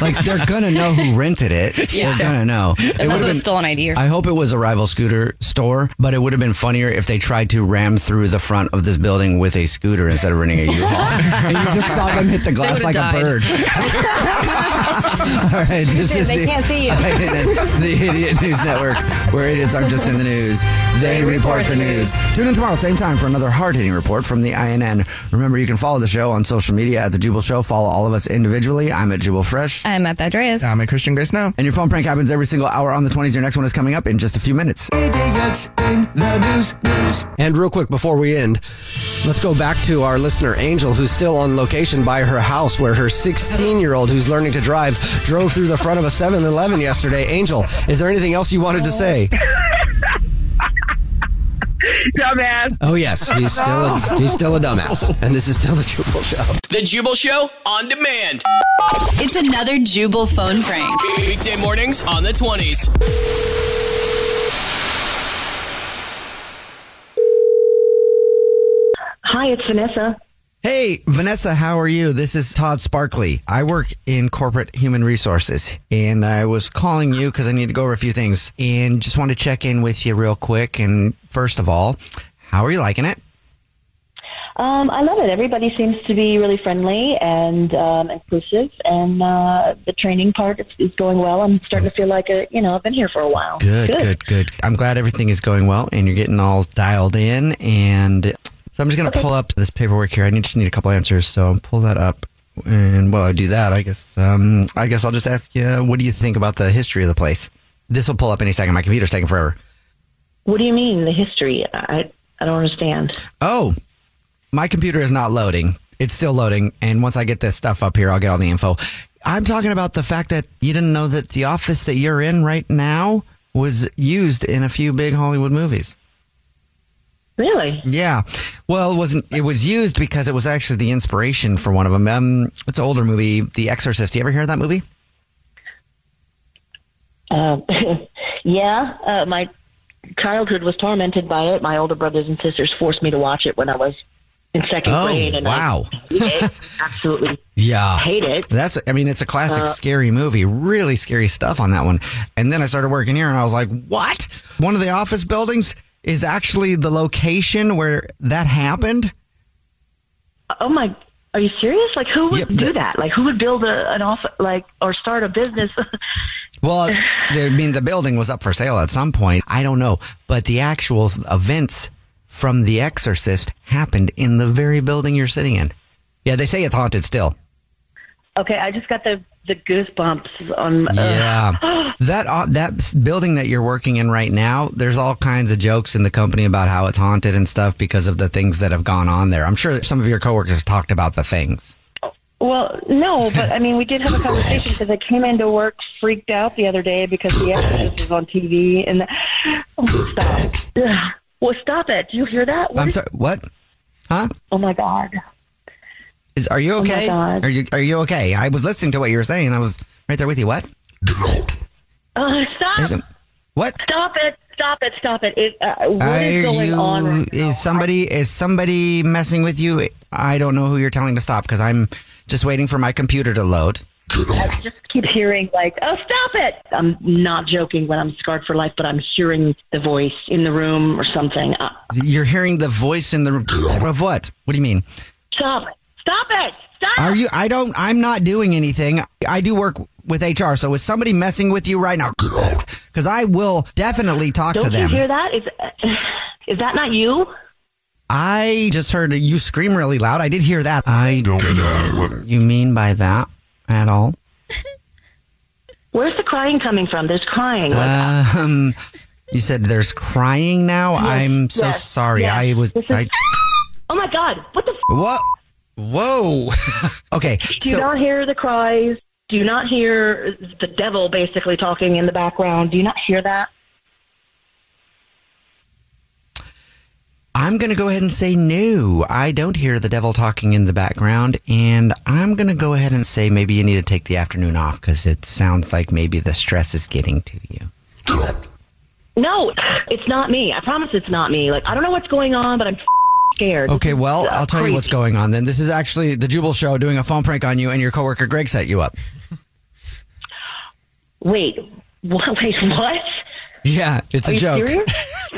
S1: like they're gonna know who rented it.
S2: Yeah.
S1: They're gonna know. It
S2: Unless
S1: would've
S2: it was stolen idea.
S1: I hope it was a rival scooter store, but it would have been funnier if they tried to ram through the front of this building with a scooter instead of renting a U-Haul. and you just saw them hit the
S4: They
S1: glass
S4: would've
S1: like
S4: died.
S1: a bird. All right, this
S4: They-
S1: is
S4: they
S1: the,
S4: can't see you.
S1: the Idiot News Network, where idiots aren't just in the news; they, report the news. Tune in tomorrow, same time, for another hard-hitting report from the INN. Remember, you can follow the show on social media at the Jubal Show. Follow all of us individually. I'm at Jubal Fresh.
S2: I'm at that dress.
S4: I'm at Christian Grace now.
S1: And your phone prank happens every single hour on the 20s. Your next one is coming up in just a few minutes. Idiots in the news. News. And real quick before we end, let's go back to our listener Angel, who's still on location by her house where her 16 year old who's learning to drive drove through the front of a 7 Eleven yesterday. Angel, is there anything else you wanted to say?
S7: Dumbass.
S1: Oh, yes. He's still a, he's still a dumbass. And this is still the Triple Show.
S11: The Jubal Show on demand.
S19: It's another Jubal phone prank.
S11: Weekday mornings on the 20s.
S1: Hi, it's Vanessa. Hey, Vanessa, how are you? This is Todd Sparkley. I work in corporate human resources, and I was calling you because I need to go over a few things and just want to check in with you real quick. And first of all, how are you liking it?
S20: Um, I love it. Everybody seems to be really friendly and um, inclusive, and uh, the training part is, is going well. I'm starting to feel like a, you know I've been here for a while.
S1: Good, good, good, I'm glad everything is going well and you're getting all dialed in. And so I'm just going to pull up this paperwork here. I need, just need a couple answers. So pull that up. And while I do that, I guess um, I guess I'll just ask you, what do you think about the history of the place? This will pull up any second. My computer's taking forever.
S20: What do you mean the history? I I don't understand.
S1: Oh, my computer is not loading. It's still loading. And once I get this stuff up here, I'll get all the info. I'm talking about the fact that you didn't know that the office that you're in right now was used in a few big Hollywood movies.
S20: Really?
S1: Yeah. Well, it wasn't. It was used because it was actually the inspiration for one of them. Um, it's an older movie, The Exorcist. You ever hear of that movie?
S20: Uh, yeah, uh, my childhood was tormented by it. My older brothers and sisters forced me to watch it when I was in second
S1: Oh,
S20: grade. And I
S1: wow.
S20: hated it. absolutely.
S1: Yeah.
S20: Hate it.
S1: That's, I mean, it's a classic
S20: Uh,
S1: scary movie. Really scary stuff on that one. And then I started working here and I was like, what? One of the office buildings is actually the location where that happened?
S20: Oh my! Are you serious? Like, who would do that? Like, who would build a, an office, like, or start a business?
S1: Well, I mean, the building was up for sale at some point. I don't know. But the actual events from The Exorcist happened in the very building you're sitting in. Yeah, they say it's haunted still.
S20: okay, I just got the the goosebumps on. Uh,
S1: Yeah, that uh, that s- building that you're working in right now, there's all kinds of jokes in the company about how it's haunted and stuff because of the things that have gone on there. I'm sure that some of your coworkers talked about the things.
S20: Well, no, but I mean, we did have a conversation because I came into work freaked out the other day because the Exorcist was on TV, and oh, stop. Ugh. Well, stop it! Do you hear that?
S1: I'm sorry, what? Huh?
S20: Oh my god!
S1: Is are you
S20: Oh my
S1: okay?
S20: God.
S1: Are you are you okay? I was listening to what you were saying. I was right there with you. What?
S20: Uh, stop!
S1: What?
S20: Stop it! Stop it! Stop it! it uh, what is
S1: Are
S20: going
S1: you,
S20: on? Right
S1: is somebody is somebody messing with you? I don't know who you're telling to stop because I'm just waiting for my computer to load.
S20: I just keep hearing like, "Oh, stop it!" I'm not joking when I'm scarred for life, but I'm hearing the voice in the room or something. Uh,
S1: You're hearing the voice in the of what? What do you mean?
S20: stop it! Stop it! Stop!
S1: Are you? I don't. I'm not doing anything. I do work with HR. So is somebody messing with you right now? Because I will definitely talk
S20: Don't
S1: to
S20: you
S1: them.
S20: hear that? Is is that not you?
S1: I just heard you scream really loud. I did hear that. I don't know what you mean by that at all.
S20: Where's the crying coming from? There's crying. Like,
S1: Um, you said there's crying now. I'm so
S20: yes,
S1: sorry.
S20: yes.
S1: I was.
S20: This is-
S1: I,
S20: oh my God! What the? F-
S1: what? Whoa. okay.
S20: Do you
S1: so-
S20: not hear the cries? Do you not hear the devil basically talking in the background? Do you not hear that?
S1: I'm going to go ahead and say no. I don't hear the devil talking in the background. And I'm going to go ahead and say maybe you need to take the afternoon off because it sounds like maybe the stress is getting to you.
S20: No, it's not me. I promise it's not me. Like I don't know what's going on, but I'm scared.
S1: Okay, well, I'll tell you what's going on then. This is actually the Jubal Show doing a phone prank on you, and your coworker Greg set you up.
S20: Wait, what? Wait, what?
S1: Yeah, it's
S20: Are
S1: a
S20: you
S1: joke.
S20: serious?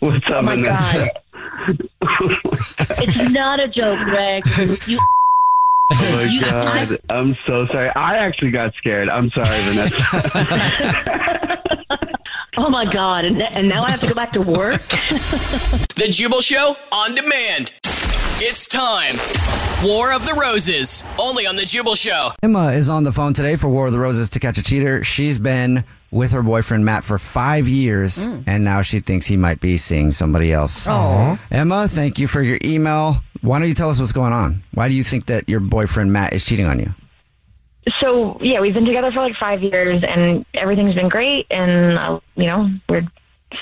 S13: What's up,
S20: Oh my
S13: Vanessa?
S20: it's not a joke, Greg. You
S13: Oh my god, I'm so sorry. I actually got scared. I'm sorry, Vanessa.
S20: Oh my God! And, and now I have to go back to work.
S11: The Jubal Show on demand. It's time. War of the Roses, only on The Jubal Show.
S1: Emma is on the phone today for War of the Roses to catch a cheater. She's been with her boyfriend Matt for five years,
S11: Mm.
S1: and now she thinks he might be seeing somebody else.
S11: Aw.
S1: Emma, thank you for your email. Why don't you tell us what's going on? Why do you think that your boyfriend Matt is cheating on you?
S10: so yeah, we've been together for like five years, and everything's been great, and uh, you know we're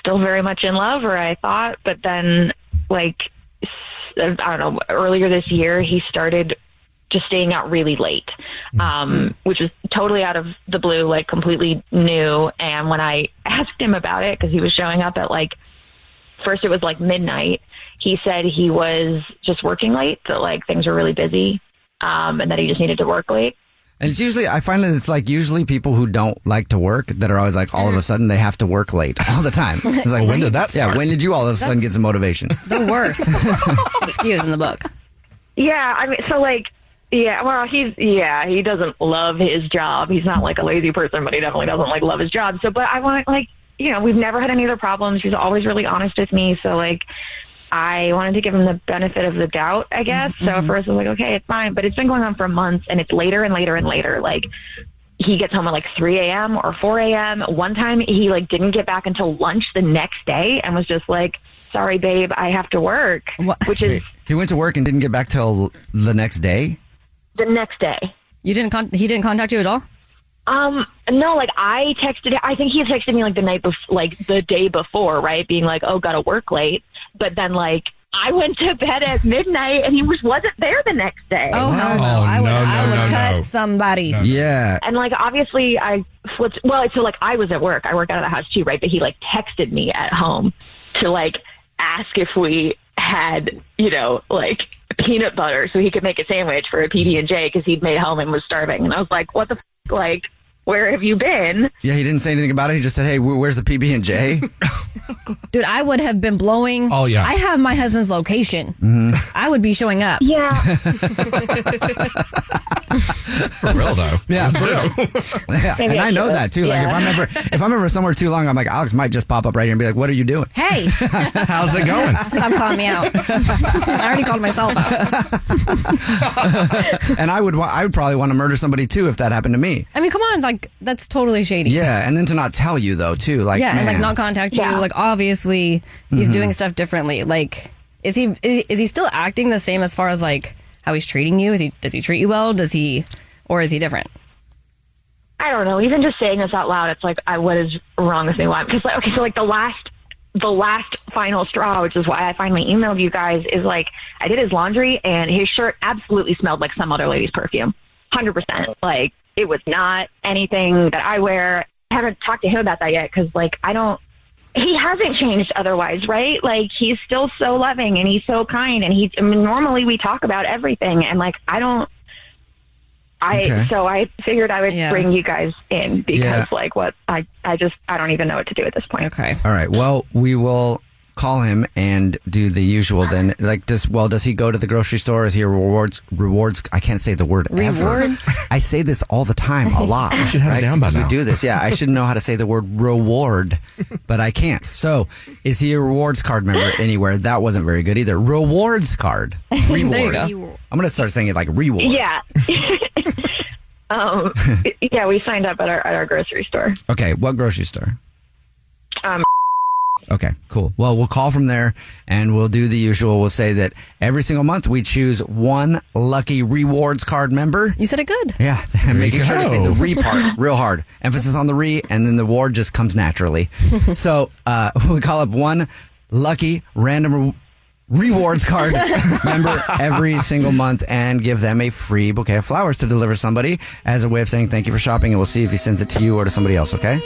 S10: still very much in love, or I thought. But then, like s- I don't know, earlier this year, he started just staying out really late, um, which was totally out of the blue, like completely new. And when I asked him about it, because he was showing up at like first it was like midnight. He said he was just working late, that like things were really busy, um, and that he just needed to work late.
S1: And it's usually, I find that it's like usually people who don't like to work that are always like, all of a sudden they have to work late all the time. It's like, when did that Yeah, when did you all of a sudden get some motivation?
S2: The worst excuse in the book.
S10: Yeah, I mean, so like, yeah, well, he's yeah, he doesn't love his job. He's not like a lazy person, but he definitely doesn't like love his job. So, but I want like, you know, we've never had any other problems. He's always really honest with me. So like, I wanted to give him the benefit of the doubt, I guess. So at first I was like, okay, it's fine, but it's been going on for months, and it's later and later and later. Like, he gets home at like 3 a.m. or 4 a.m. One time he like didn't get back until lunch the next day and was just like, sorry, babe, I have to work, which is
S1: Wait, he went to work and didn't get back till the next day.
S10: the next day.
S2: You didn't con- he didn't contact you at all?
S10: Um, no, like I texted, I think he had texted me like the night before, like the day before, right? Being like, oh, gotta work late. But then like I went to bed at midnight and he was, wasn't there the next day.
S2: Oh, no, no, I would, I would cut
S16: Oh.
S2: somebody.
S1: Yeah.
S10: And like obviously I flipped well, so like I was at work. I work out of the house too, right? But he like texted me at home to like ask if we had, you know, like peanut butter so he could make a sandwich for a PB and J because he'd made home and was starving. And I was like, what the f-? like where have you been?
S1: Yeah, he didn't say anything about it. He just said, "Hey, wh- where's the PB and J?"
S2: Dude, I would have been blowing.
S1: Oh, yeah. Mm.
S2: I have my husband's location.
S1: Mm-hmm.
S2: I would be showing up.
S10: Yeah.
S1: For real though. Yeah, for real. yeah.
S2: Maybe
S1: And
S2: I
S1: I know
S2: should.
S1: that too. Like if I'm
S2: Yeah.
S1: ever if I'm ever somewhere too long, I'm like Alex might just pop up right here and be like, "What are you doing?"
S2: Hey.
S1: How's it going?
S2: Stop calling me out. I already called myself out.
S1: and I would wa- I would probably want to murder somebody too if that happened to me.
S2: I mean, come on. Like, that's totally shady.
S1: Yeah, and then to not tell you though too, like
S2: yeah, and like
S1: man.
S2: not contact you. Like obviously he's
S1: Mhm.
S2: doing stuff differently. Like is he is, is he still acting the same as far as like how he's treating you? Is he does he treat you well? Does he or is he different?
S10: I don't know. Even just saying this out loud, it's like, I, what is wrong with me? Why? Because like, okay, so like the last, the last final straw, which is why I finally emailed you guys, is like I did his laundry and his shirt absolutely smelled like some other lady's perfume, hundred percent. Like it was not anything that I wear. I haven't talked to him about that yet because like I don't. He hasn't changed otherwise, right? Like he's still so loving and he's so kind and he. I mean, normally we talk about everything and like I don't. I
S1: Okay.
S10: so I figured I would
S1: Yeah.
S10: bring you guys in because
S1: Yeah.
S10: like what I I just I don't even know what to do at this point.
S2: Okay.
S1: All right. Well, we will call him and do the usual then. Like does well does he go to the grocery store? Is he a rewards rewards I can't say the word
S2: Reward?
S1: ever. I say this all the time a lot.
S4: You should have it
S1: right?
S4: down by
S1: Because
S4: now.
S1: We do this. Yeah, I should know how to say the word reward, but I can't. So, is he a rewards card member anywhere? That wasn't very good either. Rewards card.
S10: There you
S1: Reward.
S10: go.
S1: I'm going to start saying it like reward.
S10: Yeah. um. yeah, we signed up at our at our grocery store.
S1: Okay, what grocery store?
S10: Um.
S1: Okay, cool. Well, we'll call from there and we'll do the usual. We'll say that every single month we choose one lucky rewards card member.
S2: You said it good.
S1: Yeah,
S2: There you
S1: making sure to say
S2: go.
S1: the re part real hard. Emphasis on the re, and then the ward just comes naturally. so uh, we call up one lucky random re- rewards card member every single month and give them a free bouquet of flowers to deliver somebody as a way of saying thank you for shopping. And we'll see if he sends it to you or to somebody else, okay?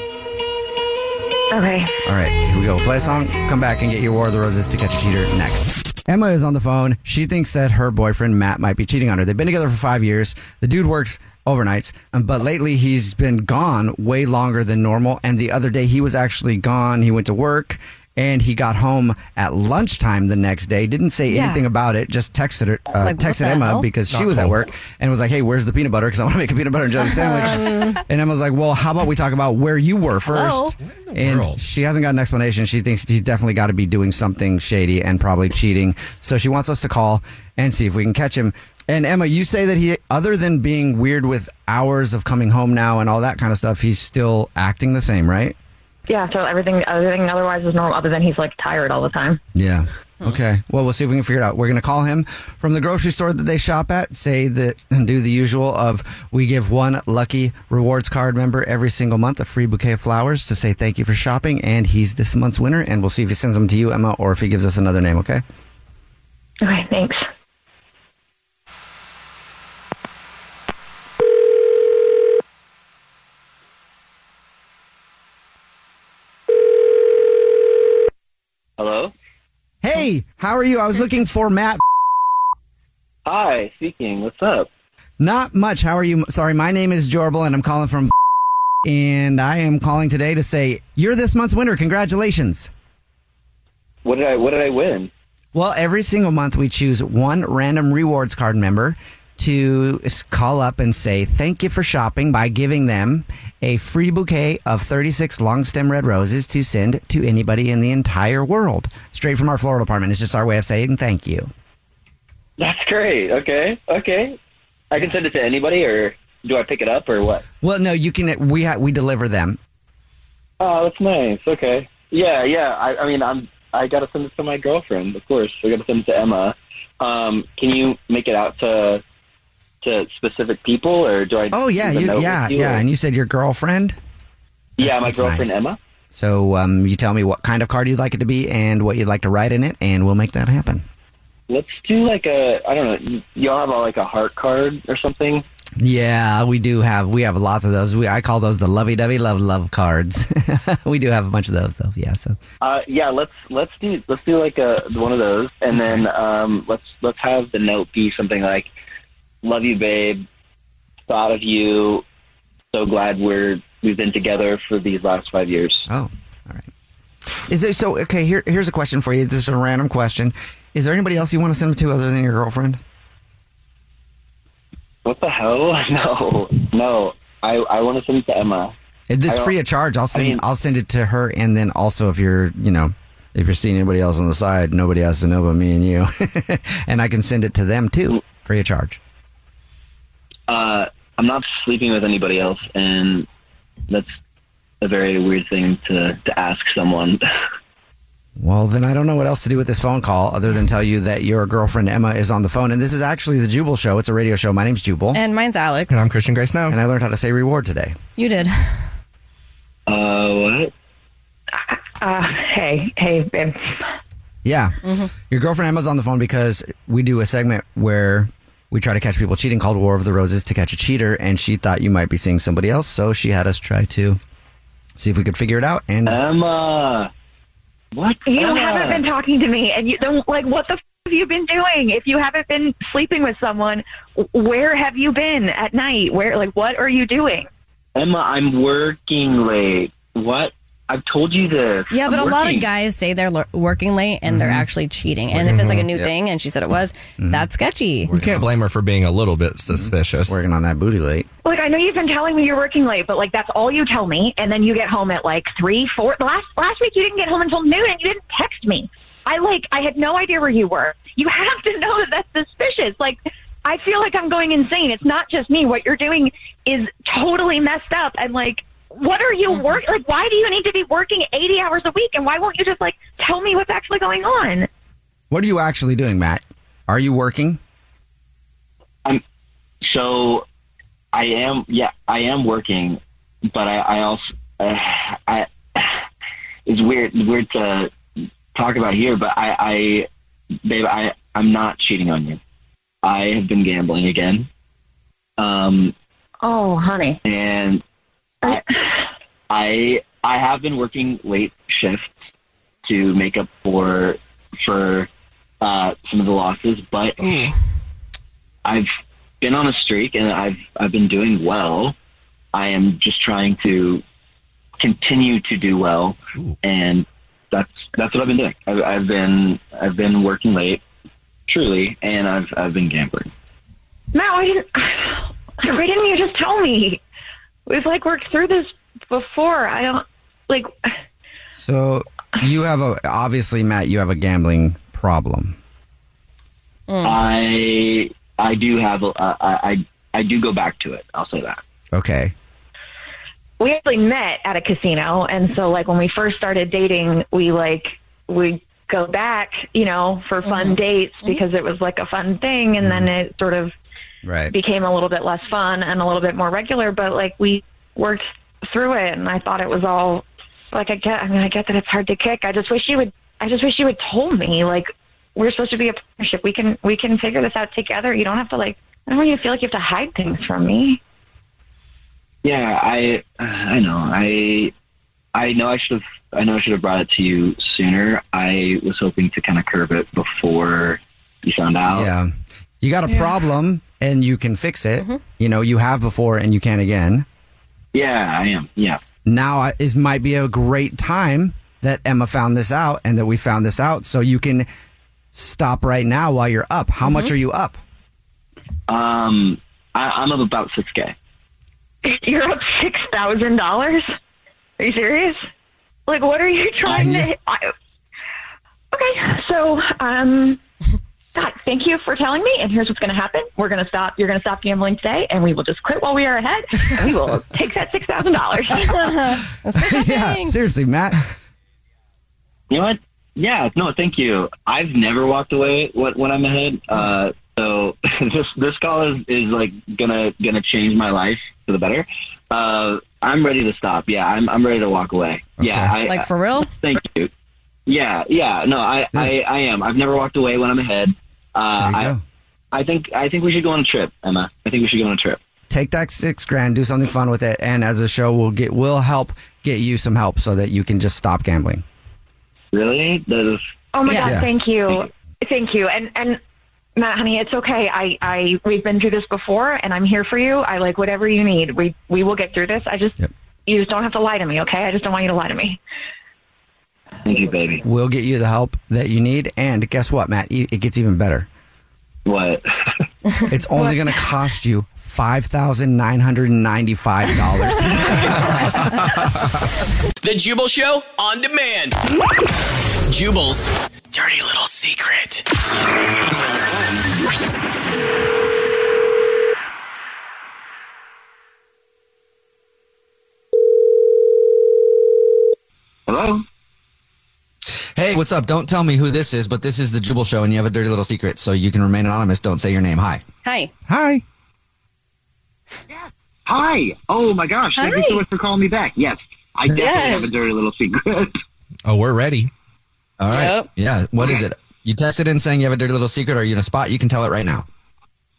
S10: Okay.
S1: All right, here we go. Play a song, come back and get your War of the Roses to catch a cheater next. Emma is on the phone. She thinks that her boyfriend, Matt, might be cheating on her. They've been together for five years. The dude works overnights, um, but lately he's been gone way longer than normal. And the other day he was actually gone. He went to work and he got home at lunchtime the next day. Didn't say
S21: Yeah.
S1: anything about it, just texted her, uh,
S21: Like, what
S1: texted
S21: the
S1: Emma
S21: hell?
S1: because she
S21: Not
S1: was at
S21: cool.
S1: work and was like, hey, where's the peanut butter? Because I want to make a peanut butter and jelly sandwich. And Emma's like, well, how about we talk about where you were
S21: Hello?
S1: first? And she hasn't got an explanation. She thinks he's definitely got to be doing something shady and probably cheating. So she wants us to call and see if we can catch him. And Emma, you say that he, other than being weird with hours of coming home now and all that kind of stuff, he's still acting the same, right?
S10: Yeah. So everything everything otherwise is normal, other than he's like tired all the time.
S1: Yeah. Okay. Well, we'll see if we can figure it out. We're going to call him from the grocery store that they shop at, say that, and do the usual of we give one lucky rewards card member every single month a free bouquet of flowers to say thank you for shopping. And he's this month's winner. And we'll see if he sends them to you, Emma, or if he gives us another name. Okay.
S10: Okay. Thanks.
S22: Hello.
S1: Hey, how are you? I was looking for Matt.
S22: Hi, speaking. What's up?
S1: Not much. How are you? Sorry, my name is Jorble and I'm calling from and I am calling today to say you're this month's winner. Congratulations.
S22: What did I What did I win?
S1: Well, every single month we choose one random rewards card member to s- call up and say thank you for shopping by giving them a free bouquet of 36 long stem red roses to send to anybody in the entire world straight from our floral department. It's just our way of saying thank you.
S22: That's great. Okay, okay. I can send it to anybody, or do I pick it up or what?
S1: Well, no, you can. We ha- we deliver them.
S22: Oh, that's nice. Okay. Yeah, yeah. I, I mean, I'm. I gotta send it to my girlfriend, of course. I gotta send it to Emma. Um, can you make it out to to specific people, or do I?
S1: Oh yeah,
S22: send a
S1: you,
S22: note
S1: yeah,
S22: with you,
S1: yeah.
S22: or-
S1: And you said your girlfriend.
S22: yeah, my
S1: That's nice.
S22: girlfriend Emma.
S1: So um, you tell me what kind of card you'd like it to be and what you'd like to write in it, and we'll make that happen.
S22: Let's do like a. I don't know. y- Y'all have a, like a heart card or something.
S1: Yeah, we do have we have lots of those. We I call those the lovey-dovey love love cards. we do have a bunch of those though. Yeah, so
S22: Uh, yeah, let's let's do let's do like a one of those, and then um, let's let's have the note be something like, "Love you, babe. Thought of you. So glad we're we've been together for these last five years."
S1: Oh, is there so okay? Here here's a question for you. This is a random question. Is there anybody else you want to send them to other than your girlfriend?
S22: what the hell? No, no. I I want to send it to Emma. I
S1: It's
S22: don't-
S1: free of charge. I'll send
S22: I mean,
S1: I'll send it to her, and then also if you're you know if you're seeing anybody else on the side, nobody has to know but me and you, and I can send it to them too, free of charge.
S22: uh, I'm not sleeping with anybody else, and that's a very weird thing to to ask someone.
S1: Well, then I don't know what else to do with this phone call other than tell you that your girlfriend Emma is on the phone, and this is actually the Jubal Show. It's a radio show. My name's Jubal,
S2: And mine's Alex.
S1: I'm Christian Grace now, and I learned how to say reward today.
S2: You did.
S22: Uh, what?
S7: Uh, hey, hey, babe.
S1: Yeah.
S2: Mm-hmm.
S1: Your girlfriend Emma's on the phone because we do a segment where we try to catch people cheating called War of the Roses to catch a cheater, and she thought you might be seeing somebody else, so she had us try to see if we could figure it out. And
S22: Um, Emma, what?
S10: You
S22: Emma.
S10: haven't been talking to me, and you don't like what the f- have you been doing? If you haven't been sleeping with someone, w- where have you been at night? Where like what are you doing?
S22: Emma, I'm working late. What? I've told you this.
S2: Yeah,
S22: I'm
S2: but a lot of
S22: working.
S2: guys say they're lo- working late and
S1: Mm-hmm.
S2: they're actually cheating. And if it's like a new
S21: Mhm.
S2: thing, and she said it was, that's sketchy.
S21: You can't blame her for being a little bit suspicious.
S1: Mm-hmm. Working on that booty late.
S10: Like I know you've been telling me you're working late, but like that's all you tell me, and then you get home at like three, four. Last last week you didn't get home until noon, and you didn't text me. I like I had no idea where you were. You have to know that that's suspicious. Like I feel like I'm going insane. It's not just me. What you're doing is totally messed up, and like. What are you work like? Why do you need to be working eighty hours a week, and why won't you just like tell me what's actually going on?
S1: what are you actually doing, Matt? Are you working?
S22: So, I am. Yeah, I am working, but I, I also. Uh, I. It's weird. Weird to talk about here, but I, I, babe, I, I'm not cheating on you. I have been gambling again. Um,
S10: Oh, honey.
S22: and I, I I have been working late shifts to make up for for uh, some of the losses, but I've been on a streak and I've I've been doing well. I am just trying to continue to do well, and that's that's what I've been doing. I've, I've been I've been working late, truly, and I've I've been gambling.
S10: Matt, why didn't why didn't you just tell me? We've like worked through this before. I don't like
S1: So you have a obviously, Matt, you have a gambling problem.
S22: I I do have a, I, I I do go back to it. I'll say that.
S1: Okay.
S10: we actually met at a casino and so like when we first started dating we like we go back you know for fun dates because it was like a fun thing and then it sort of
S1: Right.
S10: became a little bit less fun and a little bit more regular but like we worked through it and i thought it was all like i get i mean i get that it's hard to kick i just wish you would i just wish you would told me like we're supposed to be a partnership we can we can figure this out together you don't have to like i don't want you to feel like you have to hide things from me
S22: Yeah, I I know. I I know I should have I know I should have brought it to you sooner. I was hoping to kind of curb it before you found out.
S1: Yeah. You got a
S22: Yeah.
S1: problem and you can fix it. You know, you have before and you can again.
S22: Yeah, I am. Yeah.
S1: Now I- is might be a great time that Emma found this out and that we found this out so you can stop right now while you're up. How much
S22: Mhm.
S1: are you up?
S22: Um, I, I'm up about six k.
S10: You're up six thousand dollars. Are you serious? Like, what are you trying to? I, okay, so um, God, thank you for telling me. And here's what's going to happen. We're going to stop. You're going to stop gambling today, and we will just quit while we are ahead. And we will take that six thousand dollars. Oh
S23: yeah, seriously, Matt.
S9: You know what? Yeah, no, thank you. I've never walked away when, when I'm ahead. Uh, so this this call is, is like gonna gonna change my life for the better. Uh, I'm ready to stop. Yeah, I'm I'm ready to walk away. Yeah, I,
S2: Like for real?
S9: Thank you. Yeah, yeah. No, I, I, I am. I've never walked away when I'm ahead. Uh, I, I think I think we should go on a trip, Emma. I think we should go on a trip.
S1: Take that six grand, do something fun with it, and as a show, we'll get we'll help get you some help so that you can just stop gambling.
S9: Really? That is
S10: Oh my
S1: Yeah.
S10: God!
S1: Yeah.
S10: Thank you, thank you, and and Matt, honey, it's okay. I I we've been through this before, and I'm here for you. I like whatever you need. We we will get through this. I just you just don't have to lie to me, okay? I just don't want you to lie to me.
S9: Thank you, baby.
S1: We'll get you the help that you need, and guess what, Matt? E- It gets even better.
S9: What?
S1: It's only going to cost you five thousand nine hundred and ninety-five dollars.
S5: Ah!
S11: The Jubal Show on demand. Jubal's dirty little secret.
S9: Hello.
S1: Hey, what's up? Don't tell me who this is, but this is the Jubal Show, and you have a dirty little secret, so you can remain anonymous. Don't say your name. Hi.
S2: Hi.
S1: Hi.
S9: Hi. Oh my gosh. Thank you so much for calling me back. Yes. I definitely
S1: Yes.
S9: have a dirty little secret.
S1: Oh, we're ready. All right.
S9: Yep.
S1: Yeah. What is it? You texted in saying you have a dirty little secret. Are you in a spot? You can tell it right now.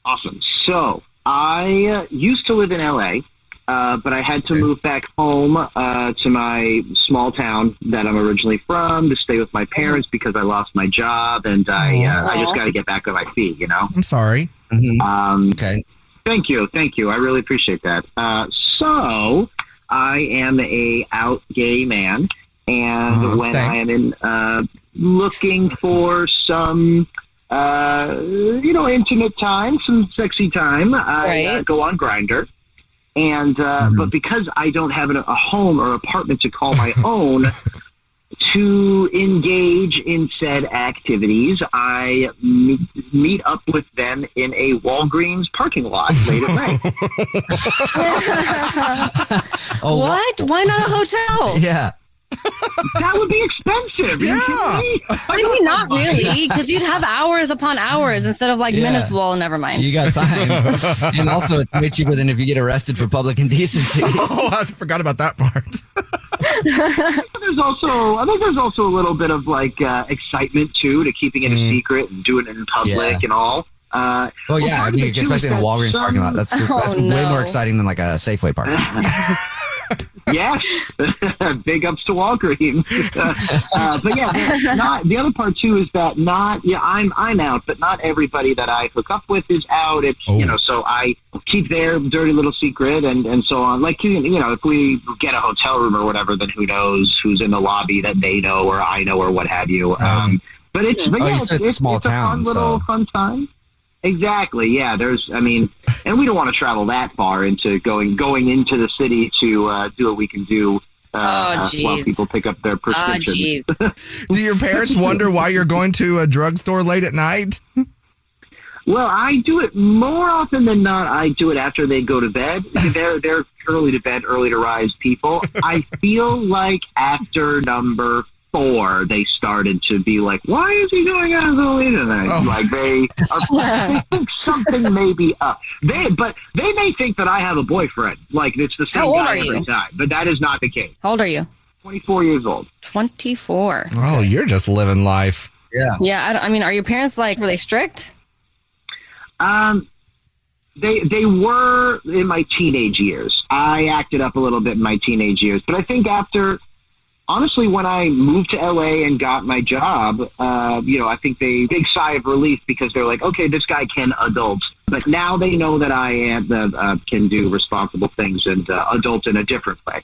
S9: Awesome. So I uh, used to live in LA, uh, but I had to move back home uh, to my small town that I'm originally from to stay with my parents because I lost my job and I uh, I
S4: Aw.
S9: just got to get back on my feet. You know.
S4: I'm sorry.
S24: Mm-hmm.
S9: Um,
S1: okay.
S9: Thank you, thank you. I really appreciate that. Uh, so I am a out gay man, and
S24: Uh-huh,
S9: when
S24: same.
S9: I am in uh, looking for some. Uh, you know, intimate time, some sexy time. I uh,
S24: Right.
S9: go on Grinder, and uh,
S24: Mm-hmm.
S9: but because I don't have an, a home or apartment to call my own, to engage in said activities, I meet, meet up with them in a Walgreens parking lot late at night.
S15: Oh,
S2: what? Why not a hotel?
S1: Oh, Yeah.
S9: that would be expensive.
S2: Yeah. Maybe not really, because you'd have hours upon hours instead of like
S1: Yeah.
S2: minutes. Well, never mind.
S1: You got time. and also, it's way cheaper than if you get arrested for public indecency.
S4: Oh, I forgot about that part.
S9: there's also I think there's also a little bit of like uh, excitement too to keeping it a secret and doing it in public
S1: Mm. Yeah.
S9: and all. Uh,
S1: Oh yeah, I
S9: part of
S1: mean,
S9: it, too, is
S1: especially in a
S9: that
S1: Walgreens
S9: some-
S1: parking lot. That's that's
S2: Oh,
S1: way more exciting than like a Safeway parking. lot.
S9: yes, big ups to Walgreens. uh, but yeah, not the other part too is that not yeah I'm I'm out, but not everybody that I hook up with is out. It's you know so I keep their dirty little secret and and so on. Like you you know if we get a hotel room or whatever, then who knows who's in the lobby that they know or I know or what have you. Um, but it's but
S1: Oh,
S9: yeah,
S1: you
S9: it's,
S1: said
S9: it's,
S1: small
S9: it's a fun
S1: town,
S9: little
S1: so-
S9: fun time. Exactly. Yeah. There's. I mean, and we don't want to travel that far into going going into the city to uh, do what we can do uh,
S4: Oh,
S9: while
S4: jeez.
S9: people pick up their
S25: Ah,
S9: prescriptions.
S4: Do your parents wonder why you're going to a drugstore late at night?
S9: well, I do it more often than not. I do it after they go to bed. They're they're early to bed, early to rise people. I feel like after number four, they started to be like, "Why is he going out so late tonight?"
S2: Oh.
S9: Like they are they think something may be up. They but they may think that I have a boyfriend. Like it's the same
S2: How old
S9: guy
S2: are
S9: every
S2: you?
S9: time, but that is not the case.
S2: How old are you?
S9: 24 years old.
S2: 24.
S4: Oh, you're just living life.
S1: Yeah.
S2: Yeah, I, don't- I mean, are your parents like, were they strict?
S9: Um, they they were in my teenage years. I acted up a little bit in my teenage years, but I think after, honestly, when I moved to LA and got my job, uh, you know, I think they big sigh of relief because they're like, okay, this guy can adult, but now they know that I am uh, uh, can do responsible things and uh, adult in a different way.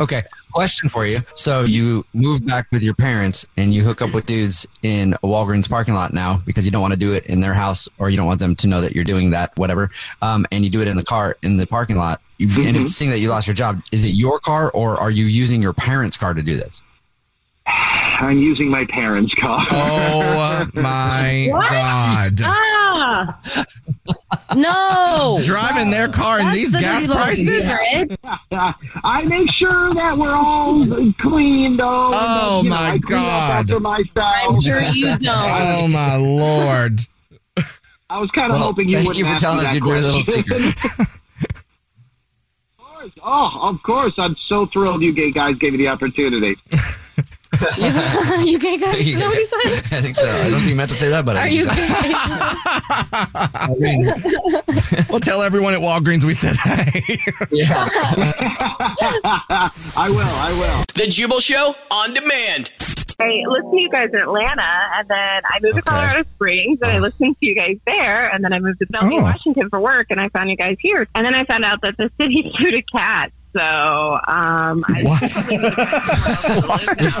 S1: Okay, question for you. So you move back with your parents and you hook up with dudes in a Walgreens parking lot now because you don't want to do it in their house or you don't want them to know that you're doing that, whatever. Um, and you do it in the car in the parking lot. You, And
S9: Mhm.
S1: seeing that you lost your job, is it your car or are you using your parents' car to do this?
S25: I'm using my parents' car.
S4: Oh my
S25: What?
S4: god!
S25: Ah! Oh,
S2: No.
S4: Driving their car in these gas prices?
S25: I make sure that we're all clean, though.
S4: Oh
S25: uh, You know,
S4: my
S25: I clean up
S4: god!
S25: After myself.
S4: Oh my lord!
S25: I was kind of
S4: Well,
S25: hoping you
S4: thank
S25: wouldn't
S4: you for
S25: ask
S4: telling
S25: me
S4: us
S25: that
S4: your dirty little
S25: question. Of course. Oh, of course. I'm so thrilled you gay guys gave me the opportunity.
S5: you gay guys? Is that what he said?
S9: I think so. I don't think you meant to say that, but
S5: Are
S9: I
S5: you
S9: think so.
S5: gay?
S4: I mean, we'll tell everyone at Walgreens we said hey.
S25: I will. I will.
S11: The Jubal Show on demand.
S7: I listened to you guys in Atlanta, and then I moved to Colorado Springs,
S1: Oh.
S7: and I listened to you guys there, and then I moved to Bellevue, Washington for work, and I found you guys here, and then I found out that the city sued a cat. So um, I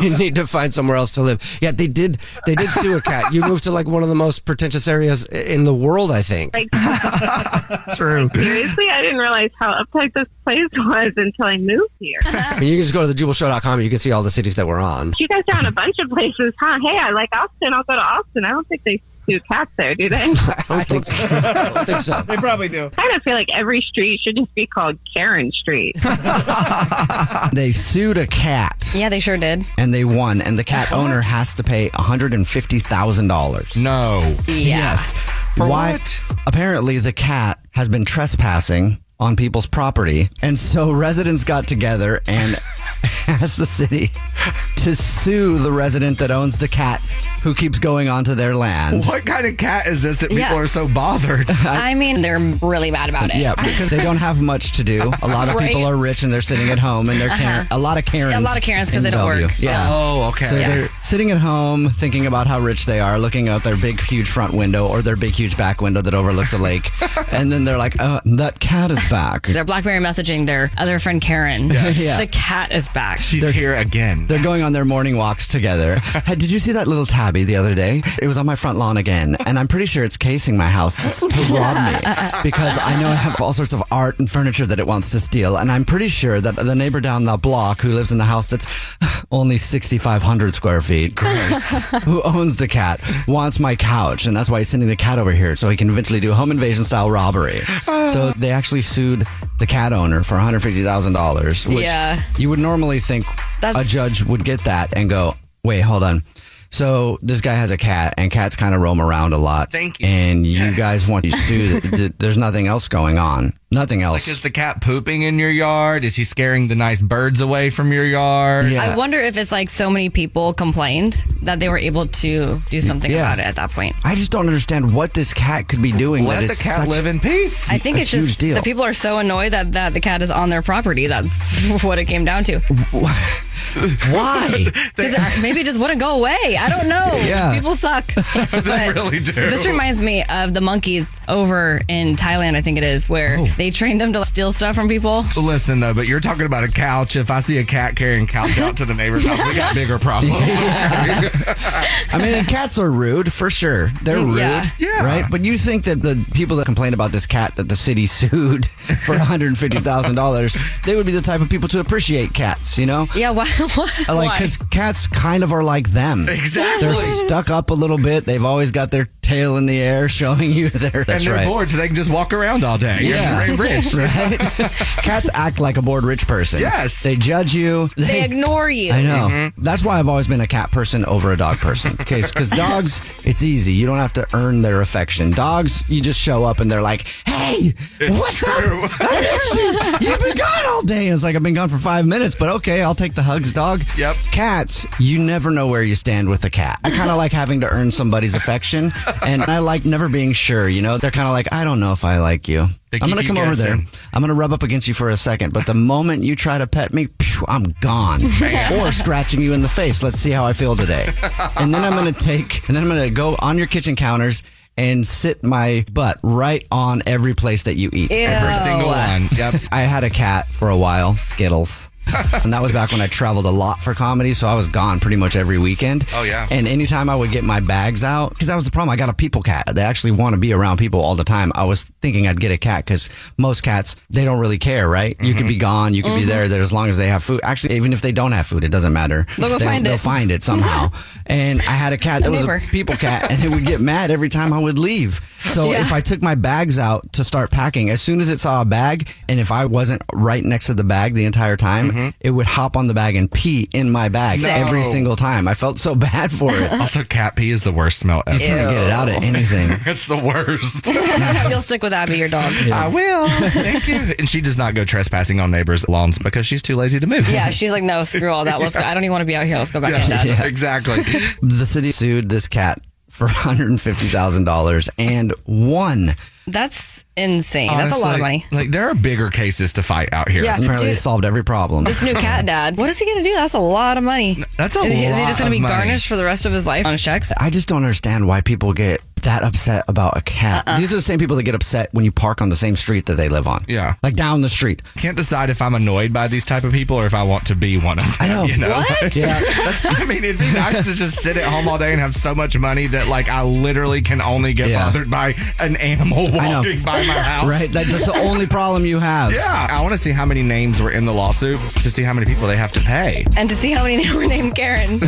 S9: you need to find somewhere else to live. Yeah, they did. They did sue a cat. You moved to like one of the most pretentious areas i- in the world, I think.
S7: like
S9: True.
S7: seriously, I didn't realize how uptight this place was until I moved here.
S9: I mean, you can just go to thejubelshow.com and you can see all the cities that we're on.
S7: you guys are on a bunch of places, huh? Hey, I like Austin. I'll go to Austin. I don't think they sue cats there, do they?
S9: I think, I don't think so.
S7: They probably do. I kind of feel like every street should just be called Karen Street.
S1: They sued a cat.
S2: Yeah, they sure did.
S1: And they won, and the cat owner has to pay $150,000.
S4: No.
S1: Yes.
S4: For
S1: Why?
S4: what?
S1: Apparently, the cat has been trespassing on people's property. And so residents got together and asked the city to sue the resident that owns the cat who keeps going onto their land.
S4: What kind of cat is this that people
S2: Yeah.
S4: are so bothered?
S2: I mean, they're really mad about it.
S1: Yeah, because they don't have much to do. A lot of
S2: Right.
S1: people are rich and they're sitting at home, and they're
S2: Uh-huh.
S1: Karen, a lot of Karens.
S2: Yeah, a lot of Karens 'cause
S1: in
S2: they don't
S1: Bellevue.
S2: work.
S1: Yeah.
S4: Oh, okay.
S1: So
S4: Yeah.
S1: they're sitting at home thinking about how rich they are, looking out their big, huge front window or their big, huge back window that overlooks a lake, and then they're like, uh, "That cat is back."
S2: They're blackberry messaging their other friend Karen.
S1: Yes. Yeah.
S2: The cat is back.
S1: They're-
S4: here again.
S1: They're going on their morning walks together. hey, did you see that little tabby the other day? It was on my front lawn again, and I'm pretty sure it's casing my house to rob me because I know I have all sorts of art and furniture that it wants to steal, and I'm pretty sure that the neighbor down the block who lives in the house that's only 6,500 square feet, who owns the cat, wants my couch, and that's why he's sending the cat over here so he can eventually do a home invasion style robbery. so they actually sued the cat owner for $150,000, which
S2: Yeah.
S1: you would normally think a judge would get that and go, wait, hold on. So this guy has a cat, and cats kind of roam around a lot. Thank you. And you guys want to sue. th- th- There's nothing else going on. Nothing else.
S4: Like, is the cat pooping in your yard? Is he scaring the nice birds away from your yard?
S2: I wonder if it's like so many people complained that they were able to do something
S1: Yeah.
S2: about it at that point.
S1: I just don't understand what this cat could be doing.
S4: Let
S1: that
S4: the
S1: is
S4: cat
S1: such
S4: live in peace.
S2: I think
S1: a
S2: it's
S1: huge
S2: just
S1: deal.
S2: the people are so annoyed that, that the cat is on their property. That's what it came down to.
S1: Why?
S2: Because it maybe it just wouldn't go away. I don't know.
S1: Yeah.
S2: People suck.
S4: they really do.
S2: This reminds me of the monkeys over in Thailand, I think it is,
S4: Oh.
S2: where they trained them to steal stuff from people.
S4: Listen though, but you're talking about a couch. If I see a cat carrying couch out to the neighbor's house, we got bigger problems.
S1: I mean, and cats are rude for sure. They're rude,
S4: Yeah. Yeah.
S1: right? But you think that the people that complain about this cat that the city sued for one hundred fifty thousand dollars, they would be the type of people to appreciate cats, you know?
S2: Yeah, why? why
S1: I Like, because cats kind of are like them.
S4: Exactly.
S1: They're stuck up a little bit. They've always got their tail in the air, showing you their.
S4: and
S1: That's
S4: they're
S1: right.
S4: bored, so they can just walk around all day.
S1: Yeah.
S4: You're rich.
S1: Right? Cats act like a bored rich person. Yes. They judge you.
S2: They, ignore you.
S1: I know.
S4: Mm-hmm.
S1: That's why I've always been a cat person over a dog person. Because dogs, it's easy. You don't have to earn their affection. Dogs, you just show up and they're like, hey,
S25: It's
S1: what's
S25: true.
S1: up? I miss you. You've been gone all day. And it's like, I've been gone for five minutes, but okay, I'll take the hugs, dog. Yep. Cats, you never know where you stand with a cat. I kind of like having to earn somebody's affection. And I like never being sure, you know? They're kind of like, I don't know if I like you.
S4: They
S1: I'm
S4: keep
S1: going to
S4: you
S1: come over there.
S4: guessing.
S1: I'm going to rub up against you for a second, but the moment you try to pet me, phew, I'm gone.
S4: Man.
S1: Or scratching you in the face. Let's see how I feel today. And then I'm going to take, and then I'm going to go on your kitchen counters and sit my butt right on every place that you eat.
S4: Every Ew. single one. Yep.
S1: I had a cat for a while, Skittles. and that was back when I traveled a lot for comedy, so I was gone pretty much every weekend.
S4: Oh, yeah.
S1: And anytime I would get my bags out, because that was the problem. I got a people cat. They actually want to be around people all the time. I was thinking I'd get a cat because most cats they don't really care, right? You could be gone, you could be
S9: Mhm.
S1: there, there as long as they have food. Actually, even if they don't have food, it doesn't matter.
S9: They'll go find
S1: they'll
S9: it.
S1: find it somehow. and I had a cat that was a
S9: Neighbor.
S1: people cat, and it would get mad every time I would leave. So
S9: Yeah.
S1: if I took my bags out to start packing, as soon as it saw a bag, and if I wasn't right next to the bag the entire time,
S4: Mm-hmm.
S1: it would hop on the bag and pee in my bag
S4: No.
S1: every single time. I felt so bad for it.
S4: Also, cat pee is the worst smell ever.
S1: You can't get it out of anything.
S4: it's the worst.
S2: You'll stick with Abby, your dog.
S4: I will. Thank you. And she does not go trespassing on neighbors' lawns because she's too lazy to move.
S2: Yeah, she's like, no, screw all that. Let's go. I don't even want to be out here. Let's go back in. Dad.
S4: exactly.
S1: the city sued this cat for $150,000 and won.
S2: That's insane. That's a lot of
S4: Honestly,
S2: money.
S4: Like there are bigger cases to fight out here.
S2: Yeah. Apparently,
S1: They solved every problem.
S2: This new cat dad. What is he going to do? That's a lot of money.
S4: That's
S1: a
S2: is, Is he
S1: lot
S2: just going to be
S1: of money.
S2: garnished for the rest of his life on checks?
S1: I just don't understand why people get that upset about a cat.
S2: Uh-uh.
S1: These are the same people that get upset when you park on the same street that they live on.
S4: Yeah.
S1: Like down the street.
S4: Can't decide if I'm annoyed by these type of people or if I want to be one of them. I know. You know? Like,
S1: Yeah.
S4: That's, I mean, it'd be nice to just sit at home all day and have so much money that like I literally can only get bothered by an animal
S1: I know.
S4: walking by my house.
S1: Right? That- that's the only problem you have.
S4: Yeah. I want to see how many names were in the lawsuit to see how many people they have to pay.
S2: And to see how many were named Karen.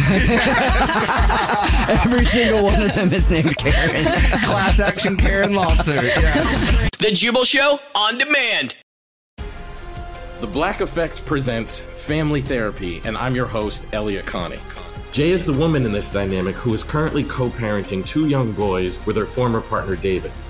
S1: Every single one of them is named Karen.
S4: Class action Karen lawsuit.
S11: The Jubal Show on demand.
S26: The Black Effect presents Family Therapy, and I'm your host, Elliot Connie. Jay is the woman in this dynamic who is currently co parenting two young boys with her former partner, David.